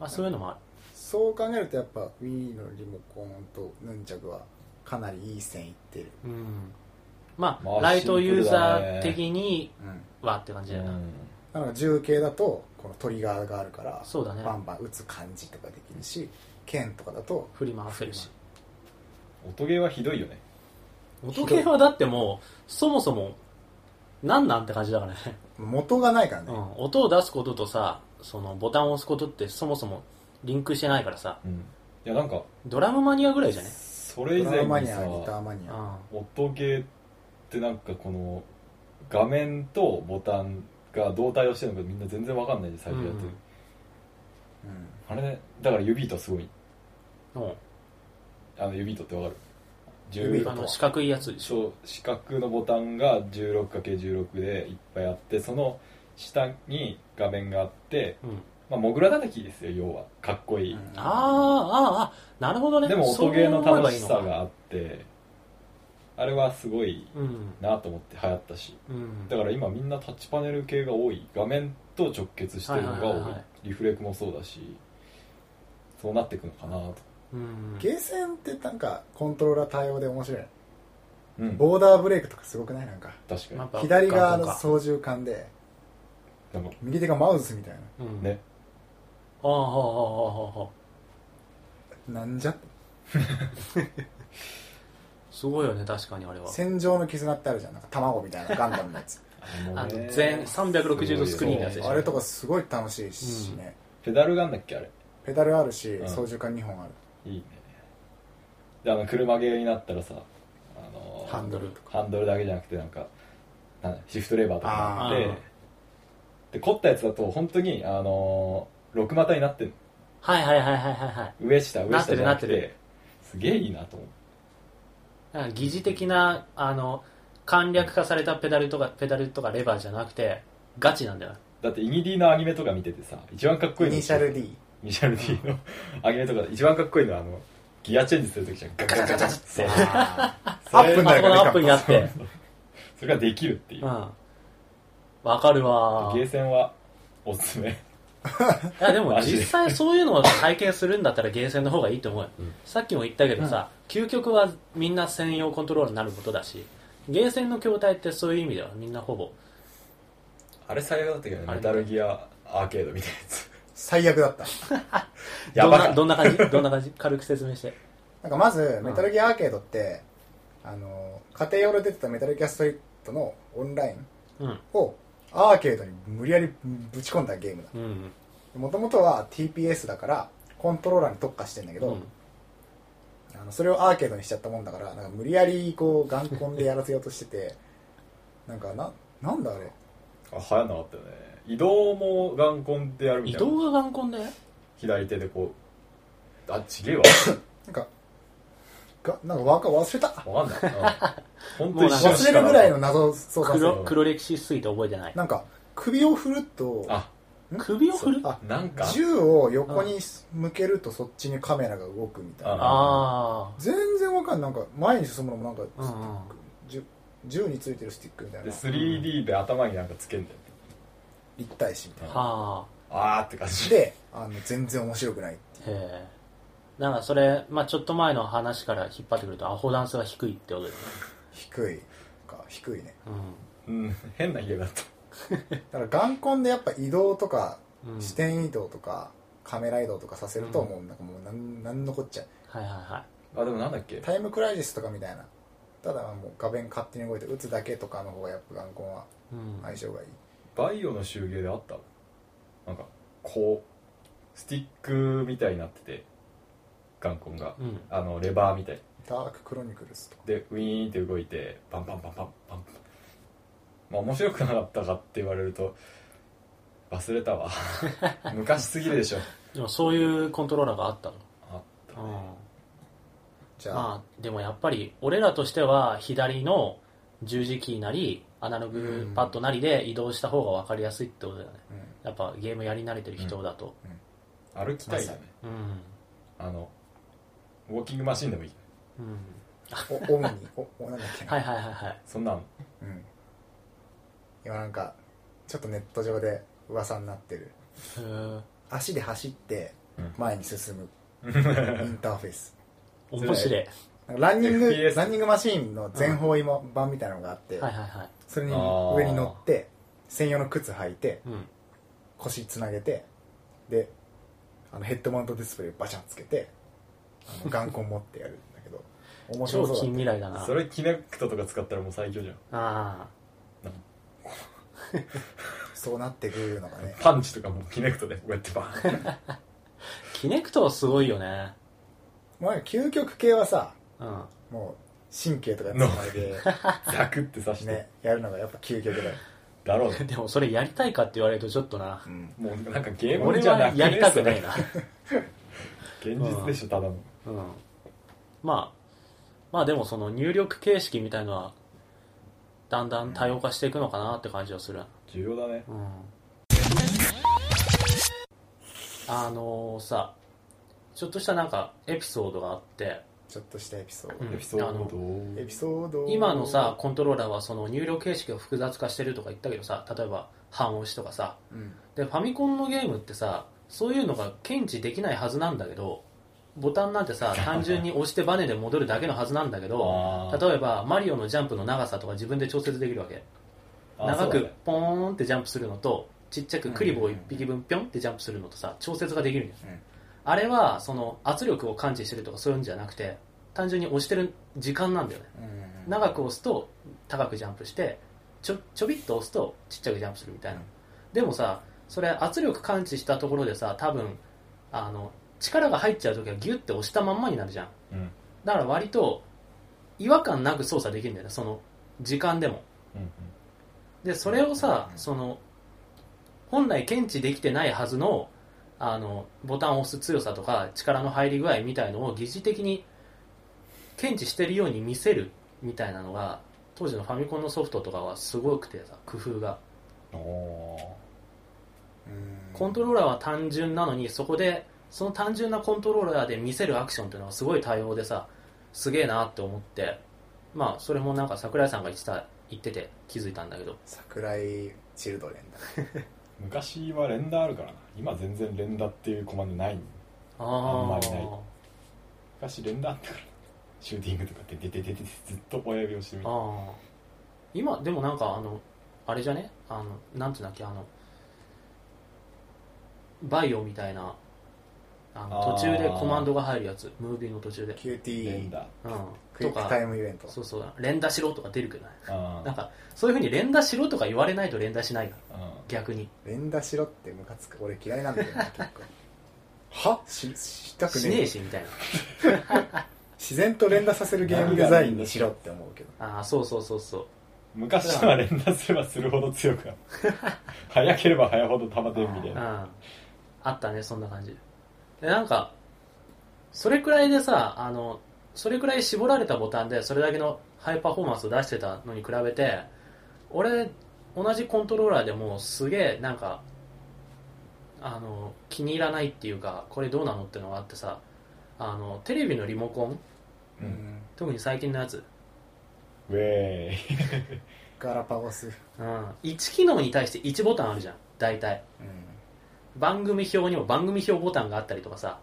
まあ、そういうのもあるそう考えるとやっぱ Wii のリモコンとヌンチャクはかなりいい線いってる、うんまあ、まあライトユーザー的にうん、はって感じだよな、うんなのが銃系だとこのトリガーがあるからそうだねバンバン撃つ感じとかできるし剣とかだと振り回せるし音ゲーはひどいよね音ゲーはだってもうそもそも何なんって感じだからね、元がないからうね、ん、音を出すこととさそのボタンを押すことってそもそもリンクしてないからさいやなんかドラムマニアぐらいじゃねそれ以ドラムマ前にニアギターさマニアう音ゲーってなんかこの画面とボタンがどう対応してるのかみんな全然わかんないで最初やってうる、んあれねだから指とすごいんうんあの指とってわかる指あ糸の四角いやつでしょそう四角のボタンが 16×16 でいっぱいあってその下に画面があって、うんまあ、モグラ叩きですよ要はかっこいい、うんあーあーあーなるほどねでも音ゲーのそう思えば楽いいしのさかがあってあれはすごいうんなと思って流行ったしうんだから今みんなタッチパネル系が多い画面と直結してるのが多い,、はいはいはいはいリフレクもそうだしそうなってくのかなと、うんゲーセンってなんかコントローラー対応で面白いうん、ボーダーブレイクとかすごくないなんか確かにやっぱ左側のガンガンか操縦桿でなんか右手がマウスみたいうんねああああああああななんじゃすごいよね確かにあれは戦場の絆ってあるじゃんなんか卵みたいなガンダムのや つあのね全360度スクリーンのやつでしそうょあれとかすごい楽しいしね、ペダルがあんだっけあれペダルあるしうん操縦桿2本ある、いいねであの車ゲーになったらさあのーハンドルとハンドルだけじゃなくてなんかなんだシフトレバーとかあってあで凝ったやつだと本当にあのー六股になってんのはいはいはいはいはいはい上下上下じゃなくてなってるなってすげえいいなと思うなんか疑似的なあの簡略化されたペダルとかペダルとかレバーじゃなくてガチなんだよだってイニディのアニメとか見ててさ一番かっこいいイのニシャル D イニシャル D の アニメとかで一番かっこいいのはあのギアチェンジするときじゃんガチャガチャガチャってそうあーそアれップにあなるそからこねのアップになってそれができるっていううんわかるわゲーーいセンはおすすめやでもマジで実際そういうのを体験するんだったらゲーセンの方がいいと思うよ、さっきも言ったけどさ、究極はみんな専用コントローラーになることだしゲーセンの筐体ってそういう意味ではみんなほぼあれ最悪だったけどねあれメタルギアアーケードみたいなやつ最悪だった やばかっどんなどんな感じ どんな感じ軽く説明してなんかまずメタルギアアーケードって、あの家庭用で出てたメタルギアストリートのオンラインうんをアーケードに無理やりぶち込んだゲームだうんもともとは TPS だからコントローラーに特化してんだけうど、んあのそれをアーケードにしちゃったもんだからなんか無理やりこう眼根でやらせようとしてて なんかななんだあれあ流行んなかったよね移動も眼根でやるみ移たいな動が眼根で左手でこうあちげえわ なんかがなんかわか忘れたわかんない、うん、本当もうになん一か瞬し忘かれるなかっぐたらいの謎操作する黒黒歴史すぎて覚えてないなんか首を振るとあ首を振るあなんか銃を横に向けるとそっちにカメラが動くみたいうんなあ全然わかんないなんか前に進むのもなんか、あうんうんじゅ銃についてるスティックみたいでな 3D で頭になんかつけんだよね立体視みたいはああーって感なじであの全然面白くないへえなんかそれ、まあ、ちょっと前の話から引っ張ってくるとアホダンスが低いってことですね、低いか低いねうん変な家だっただから眼根でやっぱ移動とかうんうん視点移動とかカメラ移動とかさせるとうんもうなんかもうなんなんのこっちゃはいはいは。あでもなんだっけタイムクライシスとかみたいなただもう画面勝手に動いて打つだけとかの方がやっぱガンコンはいうん。相性がいい、バイオの集芸であったなんかこうスティックみたいになっててガンコンがうん。あのレバーみたいダーククロニクルスとかでウィーンって動いてパンパンパンパンパンパンまあ面白くなかったかって言われると忘れた わ昔すぎるでしょでもそういうコントローラーがあったの。あうん。じゃあ、まあ、でもやっぱり、俺らとしては左の十字キーなり、アナログパッドなりで移動した方が分かりやすいってことだよね。うんやっぱゲームやり慣れてる人だと。歩きたいよねうん。あのウォーキングマシンでもいいうん。おオムニおおなんだっけな、はいはいはいはい。そんなのうん、今なんかちょっとネット上で噂になってるへー足で走ってうん前に進むインターフェース面白い。なんかランニング FPS ランニングマシーンの全方位も版みたいなのがあって、はいはいはい。それにあー上に乗って専用の靴履いてうん。腰つなげてであのヘッドマウントディスプレイバシャンつけてあの眼光持ってやるんだけど面超白そう近だ未来だな。それキネクトとか使ったらもう最強じゃんあそうなってくるのがねパンチとかもキネクトでこうやってバーンあ。キネクトはすごいよね。もうなんか究極系はさうん。もう神経とかつないで ザクって刺して、ね、やるのがやっぱ究極だよ、だろうねでもそれやりたいかって言われるとちょっとな。もうなんかゲーム俺じゃなはくやりたくないねな。それ現実でしょただのうん。まあ、まあでもその入力形式みたいのは、だんだん多様化していくのかなって感じはする。重要だねうん。あのさ、ちょっとしたなんかエピソードがあって、ちょっとしたエピソーうんエピソードどドエピうソード今のさ、コントローラーはその入力形式が複雑化してるとか言ったけどさ、例えば半押しとかさ、うんでファミコンのゲームってさそういうのが検知できないはずなんだけどボタンなんて さ単純に押してバネで戻るだけのはずなんだけどあー例えばマリオのジャンプの長さとか自分で調節できるわけあ長そうだくねポーンってジャンプするのとちっちゃくクリボーを1匹分ピョンってジャンプするのとさ調節ができるんじゃん、うんあれはその圧力を感知してるとかそういうんじゃなくて単純に押してる時間なんだよねうん長く押すと高くジャンプしてちょちょびっと押すとちっちゃくジャンプするみたいな、うんでもさそれ圧力感知したところでさ多分あの力が入っちゃう時はギュッて押したまんまになるじゃんうんだから割と違和感なく操作できるんだよねその時間でもうんうんでそれをさ、うんその本来検知できてないはずのあのボタンを押す強さとか力の入り具合みたいのを疑似的に検知してるように見せるみたいなのが当時のファミコンのソフトとかはすごくてさ工夫がおーうんコントローラーは単純なのにそこでその単純なコントローラーで見せるアクションっていうのはすごい多様でさすげえなって思ってまあそれもなんか桜井さんが言ってた言ってて気づいたんだけど桜井チルドレンだ昔は連打あるからな今全然連打っていうコマンドないああんまりーない昔連打あったからシューティングとかってでででででずっと親指をしてみるああ今でもなんかあのあれじゃねあのなんていうんだっけあのバイオみたいなあのあー途中でコマンドが入るやつムービーの途中で、キューティ連ー打うん、クイとックタかイムイベントそうそう連打しろとか出るけどねあなんーかそういうふうに連打しろとか言われないと連打しないよあ逆に連打しろってムカつく俺嫌いなんだよ な結構はししたくしねねええしみたいな自然と連打させるゲームデザインにしろって思うけどああそうそうそうそうー昔は連打すればするほど強く なる早ければ早ほど玉電みたいうんなあったねそんな感じでなんかそれくらいでさあのそれくらい絞られたボタンでそれだけのハイパフォーマンスを出してたのに比べて俺同じコントローラーでもすげえなんかあの気に入らないっていうかこれどうなのってのがあってさあのテレビのリモコンうん特に最近のやつ、ウェーイガラパゴス、うん、1機能に対して1ボタンあるじゃん大体うん、番組表にも番組表ボタンがあったりとかさ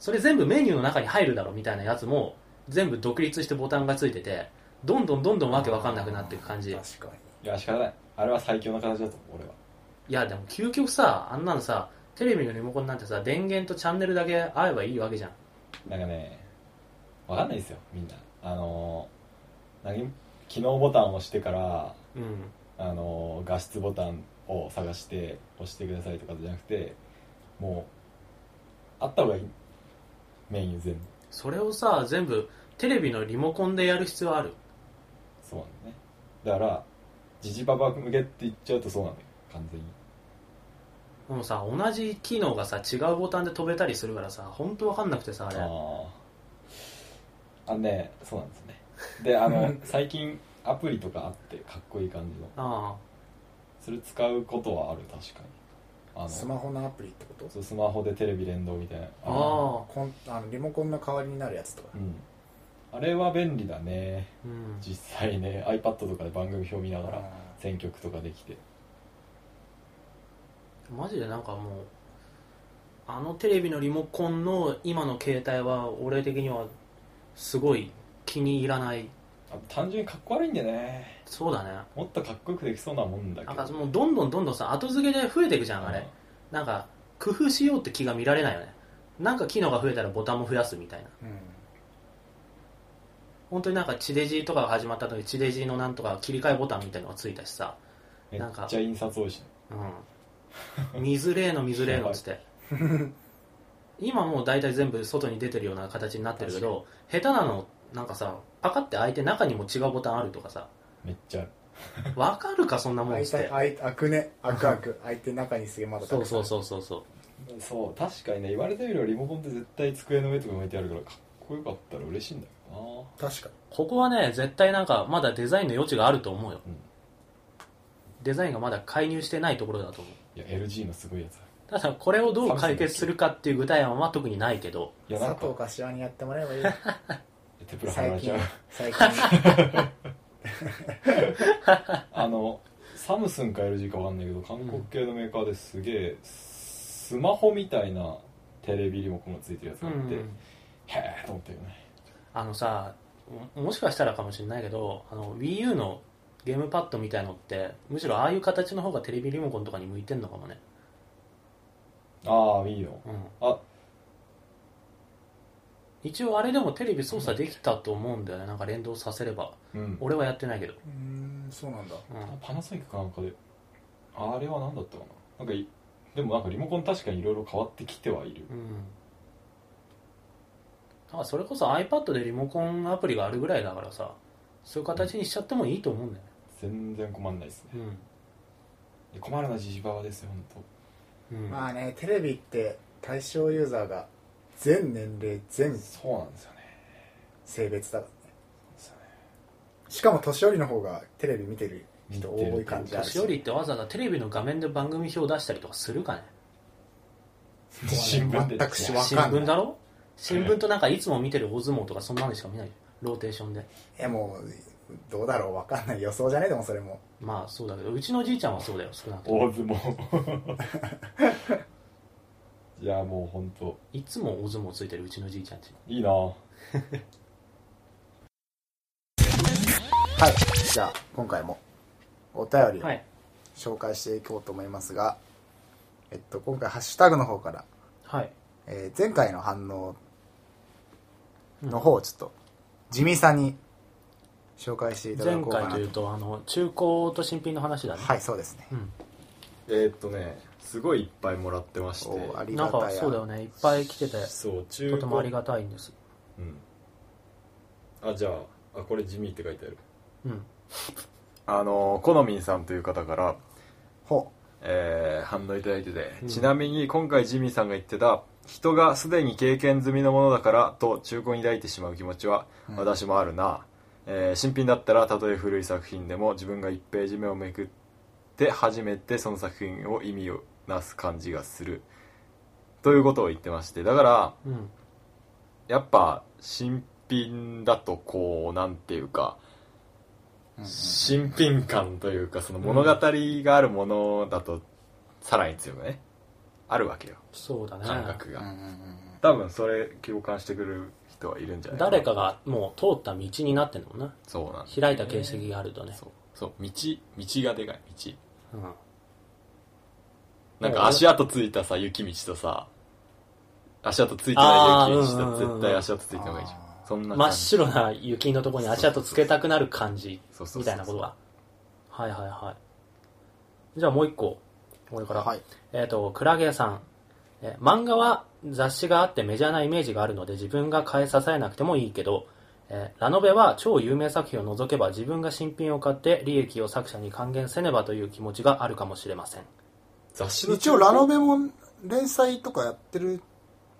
それ全部メニューの中に入るだろみたいなやつも全部独立してボタンがついててどんどんどんどんわけわかんなくなっていく感じい確かいや仕方ないあれは最強の形だと思う俺はやでも究極さあんなのさテレビのリモコンなんてさ電源とチャンネルだけ合えばいいわけじゃんなんかねわかんないですよみんなあのー何機能ボタンを押してからうんあの画質ボタンを探して押してくださいとかじゃなくてもうあった方がいいメイン全部それをさ全部テレビのリモコンでやる必要あるそうなんだねだからジジババ向けって言っちゃうとそうなんだよ完全にでもさ同じ機能がさ違うボタンで飛べたりするからさ本当わかんなくてさあれあああのねそうなんですねであ の最近アプリとかあってかっこいい感じのあそれ使うことはある確かにあのスマホのアプリってことそうスマホでテレビ連動みたいなあああコンあのリモコンの代わりになるやつとかうんあれは便利だねうん実際ね iPad とかで番組表見ながらあ選曲とかできてマジでなんかもうあのテレビのリモコンの今の携帯は俺的にはすごい気に入らないあ単純にかっこ悪いんでねそうだねもっとかっこよくできそうなもんだけなどんかもうどんどんどんどんさ後付けで増えていくじゃんあれ、なんか工夫しようって気が見られないよねなんか機能が増えたらボタンも増やすみたいなーうん本当になんか地デジとかが始まった時地デジのなんとか切り替えボタンみたいなのがついたしさうんめなんかっちゃ印刷多いしうん水冷の水冷のっつって今もう大体全部外に出てるような形になってるけど下手なのなんかさパカって開いて中にも違うボタンあるとかさめっちゃあるわかるかそんなもん開っいつってた開い開くね開く開く開いて中にすげえまだそうそううそうそうそうそう確かにね言われてみればリモコンって絶対机の上とかに置いてあるからかっこよかったら嬉しいんだけど確かにここはね絶対なんかまだデザインの余地があると思うよ、うんデザインがまだ介入してないところだと思うないや LG のすごいやつあるただこれをどう解決するかっていう具体案は特にないけどいやなん佐藤か柏にやってもらえばいいテプラ離最れち近ゃう最近あのサムスンか LG かわかんないけど韓国系のメーカーですげえスマホみたいなテレビリモコンがついてるやつがあって、うんへえと思ったよねあのさももしかしたらかもしれないけどあの WiiU のゲームパッドみたいのってむしろああいう形の方がテレビリモコンとかに向いてんのかもね、ああいいようん、あ一応あれでもテレビ操作できたと思うんだよねなんか連動させればうん俺はやってないけど、うーんそうなんだうん、パナソニックかなんかであれは何だったかななんかいでもなんかリモコン確かにいろいろ変わってきてはいるうんだからそれこそ iPad でリモコンアプリがあるぐらいだからさそういう形にしちゃってもいいと思うんだよ全然困んないですねねで困るなジジババですよ本うん、うんまあねテレビって対象ユーザーが全年齢全当そうなんですよね性別だからねそうですよねしかも年寄りの方がテレビ見てる人見てる多い感じあるし年寄りってわざわざテレビの画面で番組表を出したりとかするかね新聞で全くしわ新かんない聞だろ新聞となんかいつも見てる大相撲とかそんなのしか見ないローテーションでえもうどうだろうわかんない予想じゃねえでもそれもまあそうだけどうちのじいちゃんはそうだよ少なくとも大相撲 いやもう本当いつも大相撲ついてるうちのじいちゃんちいいなぁはいじゃあ今回もお便りをはい紹介していこうと思いますが、えっと、今回ハッシュタグの方から、はいえー前回の反応の方をちょっと地味さに紹介していただ前こうか回なというとあの中古と新品の話だね、はいそうですねうんえーっとねすごいいっぱいもらってましておーありながんたかやそうだよねいっぱい来ててそう中とてもあり古がたいんですうんあじゃああこれ地味って書いてあるうんあのコノミンさんという方からほえー反応いただいてて、うんちなみに今回ジミーさんが言ってた人がすでに経験済みのものだからと中古に抱いてしまう気持ちはうん私もあるな、えー新品だったらたとえ古い作品でも自分が1ページ目をめくって初めてその作品を意味をなす感じがするということを言ってましてだからうんやっぱ新品だとこうなんていうかうんうん新品感というかその物語があるものだとさらに強くねあるわけよそうだね感覚うんうがんうん多分それ共感してくれる人はいるんじゃない誰かがもう通った道になってんのもんなそうなんだ開いた形跡があるとね、そうそう道道がでかい道うんなんか足跡ついたさ雪道とさ足跡ついてない雪道あーうんうんうとん絶対足跡ついた方がいいじゃんあそんな真感っじ白な雪のところに足跡つけたくなる感じそうそうそうそうみたいなことがはいはいはいじゃあもう一個これから、はいえっ、とクラゲさんえ漫画は雑誌があってメジャーなイメージがあるので自分が買い支えなくてもいいけど、えーラノベは超有名作品を除けば自分が新品を買って利益を作者に還元せねばという気持ちがあるかもしれません雑誌の一応ラノベも連載とかやってる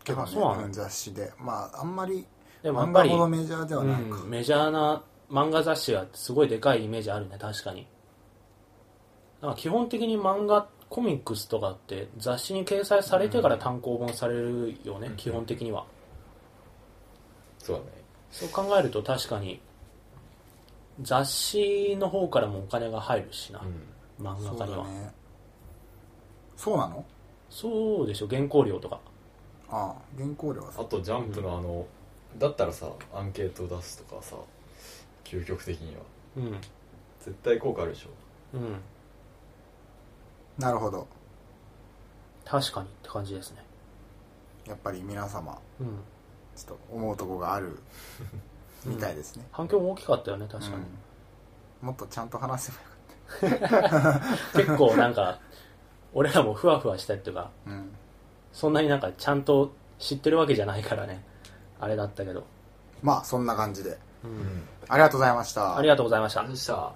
けどあねそうなんだうん雑誌でまああんまりでもや漫っぱ画りほどメジャーではうないか、ん、メジャーな漫画雑誌はすごいでかいイメージあるね確かになんか基本的に漫画コミックスとかって雑誌に掲載されてから単行本されるよね、基本的にはそうだねそう考えると確かに雑誌の方からもお金が入るしな、漫そう画だ家にはそう,、ねそうなのでしょ原稿料とかああ原稿料はあさとジャンプのあのだったらさアンケート出すとかさ究極的にはうん絶対効果あるでしょうんなるほど確かにって感じですねやっぱり皆様うんちょっと思うとこがあ るみたいですね、反響も大きかったよね確かに、うんもっとちゃんと話せばよかっ結構なんか俺らもふわふわしたりとかた、うん、そんなになんかちゃんと知ってるわけじゃないからね。あれだったけど。まあそんな感じでうんありがとうございましたありがとうございました。した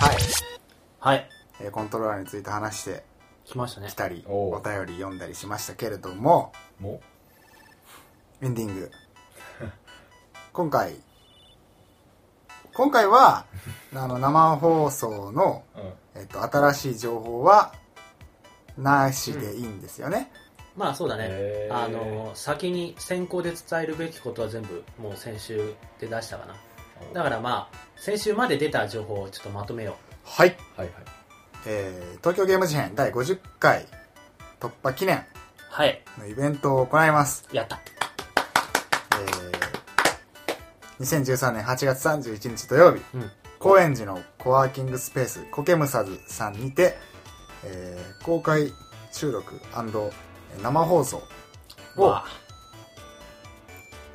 はい、はい。えーコントローラーについて話して来ましたねき。たりおうお便り読んだりしましたけれどももエンディン グ今回今回 はあの生放送の、う、うん、えっと、新しい情報はなしでいいんですよね、まあそうだねへ。ーあの、先に先行で伝えるべきことは全部もう先週で出したかな。だからまあ、先週まで出た情報をちょっとまとめよはい、はいはいえー東京ゲーム事変第50回突破記念う。はい。のイベントを行います、やった。えー2013年8月31日土曜日うん。高円寺のコワーキングスペースコケムサズさんにて、えー公開収録生放送おまあ、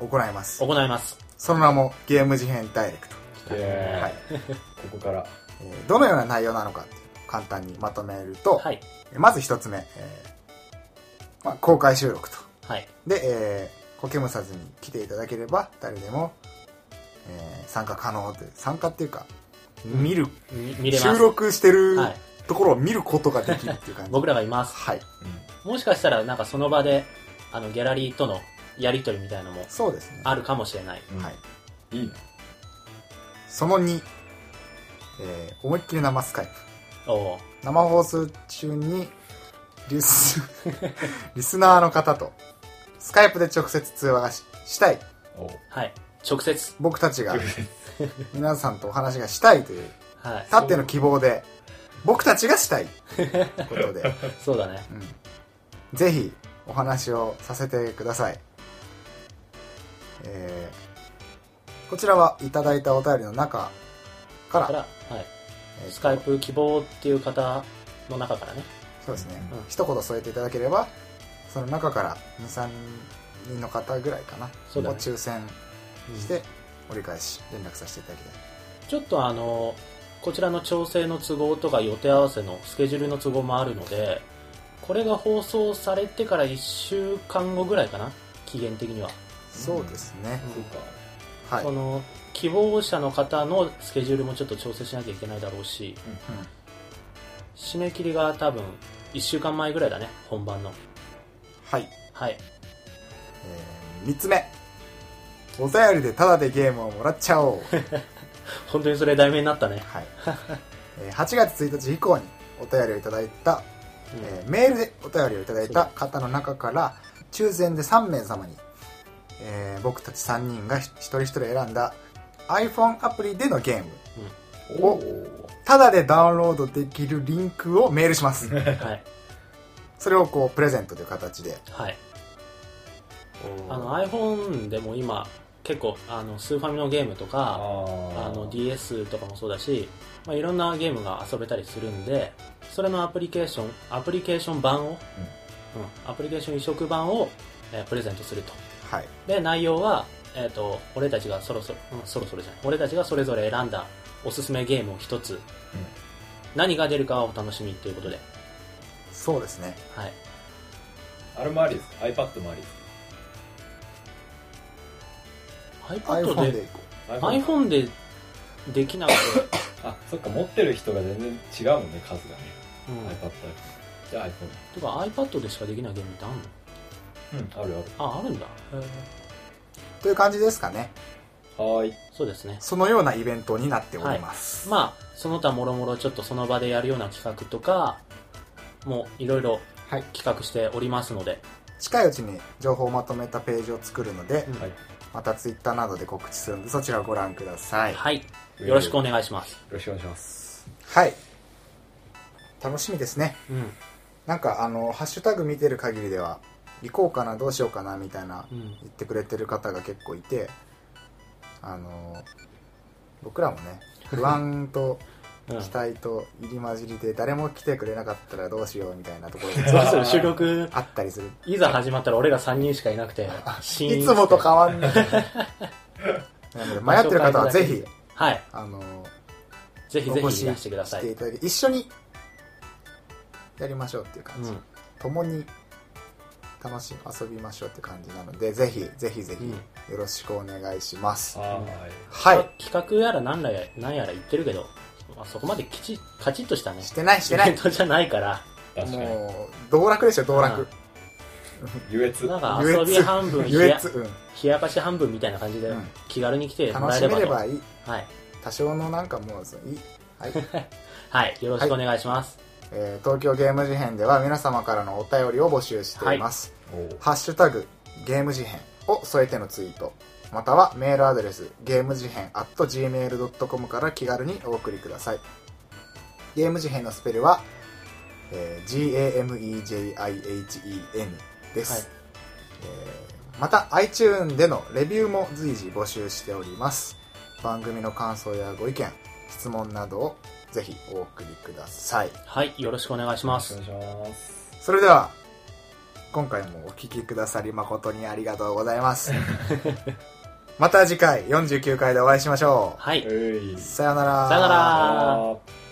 を行います行います。その名もゲーム事変ダイレクト、えーはいここからえーどのような内容なのかっていうのを簡単にまとめると、はい。まず一つ目、えーまあ、公開収録とはい。で、えー、コケムサズに来ていただければ誰でも、えー参加可能という参加っていうか見るみ見れます。収録してるはい。ところを見ることができるっていう感じ僕らがいます。はいもしかしたらなんかその場で、あの、ギャラリーとのやりとりみたいのもそうですねあるかもしれない。うんはい、いいねその2、えー思いっきり生スカイプおー生放送中にリ スリスナーの方とスカイプで直接通話がししたいおうはい。直接。僕たち が皆さんとお話がしたいというはい。たっての希望で僕たちがした いということで、そうだね。うん、ぜひお話をさせてください、えーこちらはいただいたお便りの中か、だからら、はい。えーとスカイプ希望っていう方の中からね。そうですね、うん一言添えていただければその中から23人の方ぐらいかなそうだねを抽選して折り返し連絡させていただきたいちょっとあの、こちらの調整の都合とか予定合わせのスケジュールの都合もあるので、これが放送されてから1週間後ぐらいかな。期限的には。そうですね、そうかはい、その、希望者の方のスケジュールもちょっと調整しなきゃいけないだろうし、締め切りが多分1週間前ぐらいだね、本番の。はい、はい。え3つ目お便りでタダでゲームをもらっちゃ おう、本当にそれ題名になったね。はいえー8月1日以降にお便りをいただいた、うんえーメールでお便りをいただいた方の中から抽選で3名様に、えー僕たち3人が一人一人選んだ iPhone アプリでのゲームおおおただでダウンロードできるリンクをメールし ます。はい。それをこう、プレゼントという形で。はい。あの iPhone でも今結構あのスーファミのゲームとあかーあの DS とかもそうだし、まあ、いろんなゲームが遊べたりするんでそれのアプリケーションアプリケーション版を、うんアプリケーション移植版を、えープレゼントするとはいで内容は、えー、と俺たちがそろそろ、うんそろそろじゃない俺たちがそれぞれ選んだおすすめゲームを一つ、何が出るかはお楽しみということで、そうですねはい、あれもありです iPad もありです iPad iPhone ででいこ iPhone でできなく て、あそっか持ってる人が全然違うもんね数がね、うん、 iPad じゃあ iPhone てか iPad でしかできないゲームってあうるのんあるああるんだへーうという感じですかねあるはーいそうですねそのようなイベントになっております、まあその他もろもろちょっとその場でやるような企画とかもいろいろはい企画しておりますので、近いうちに情報をまとめたページを作るので、うんはいまたツイッターなどで告知するのでそちらをご覧くださいはい、はい、よろしくお願いします、よろしくお願いします楽しみですねうんなんかあのハッシュタグ見てる限りでは行こうかなどうしようかなみたいなうん言ってくれてる方が結構いてあの僕らもね不安と うん期待と入り混じりで誰も来てくれなかったらどうしようみたいなところそがう そう収録あったりするいざ始まったら俺ら3人しかいなくてシーンいつもと変わんないなので迷ってる方はぜひはい あのぜひぜおひ越しいらしてくださしいていただき一緒にやりましょうっていう感うじ、ん共に楽しみ遊びましょうって感じなのでぜひぜひぜうんひよろしくお願いします、ははい企画やら何らや何やら言ってるけど、まあ、そこまできちカチッとしたねしてないしイてなベ ンいトじゃないからーい確かにもう道楽でしょ道楽、優越なんは か優遊越び半分優冷や越、うん、冷やかし半分みたいな感じでうん気軽に来ても楽らえしれめばれと、ばいいはい、多少のなんかもうそのいいはい、はい、よろしくお願いします、えー東京ゲーム事変では皆様からのお便りを募集しています、ハッシュタグゲーム事変を添えてのツイートまたはメールアドレスゲーム事変 at gmail.com から気軽にお送りくださいゲーム事変のスペルは、えー GAMEJIHEN です、はいえーまた iTune でのレビューも随時募集しております番組の感想やご意見質問などをぜひお送りくださいはい、よろしくお願いしよろましくすお願いしますそれでは今回もお聞きくださり誠にありがとうござい ますまた次回49回でお会いしましょはいえいうさよならさよなら Ah. あー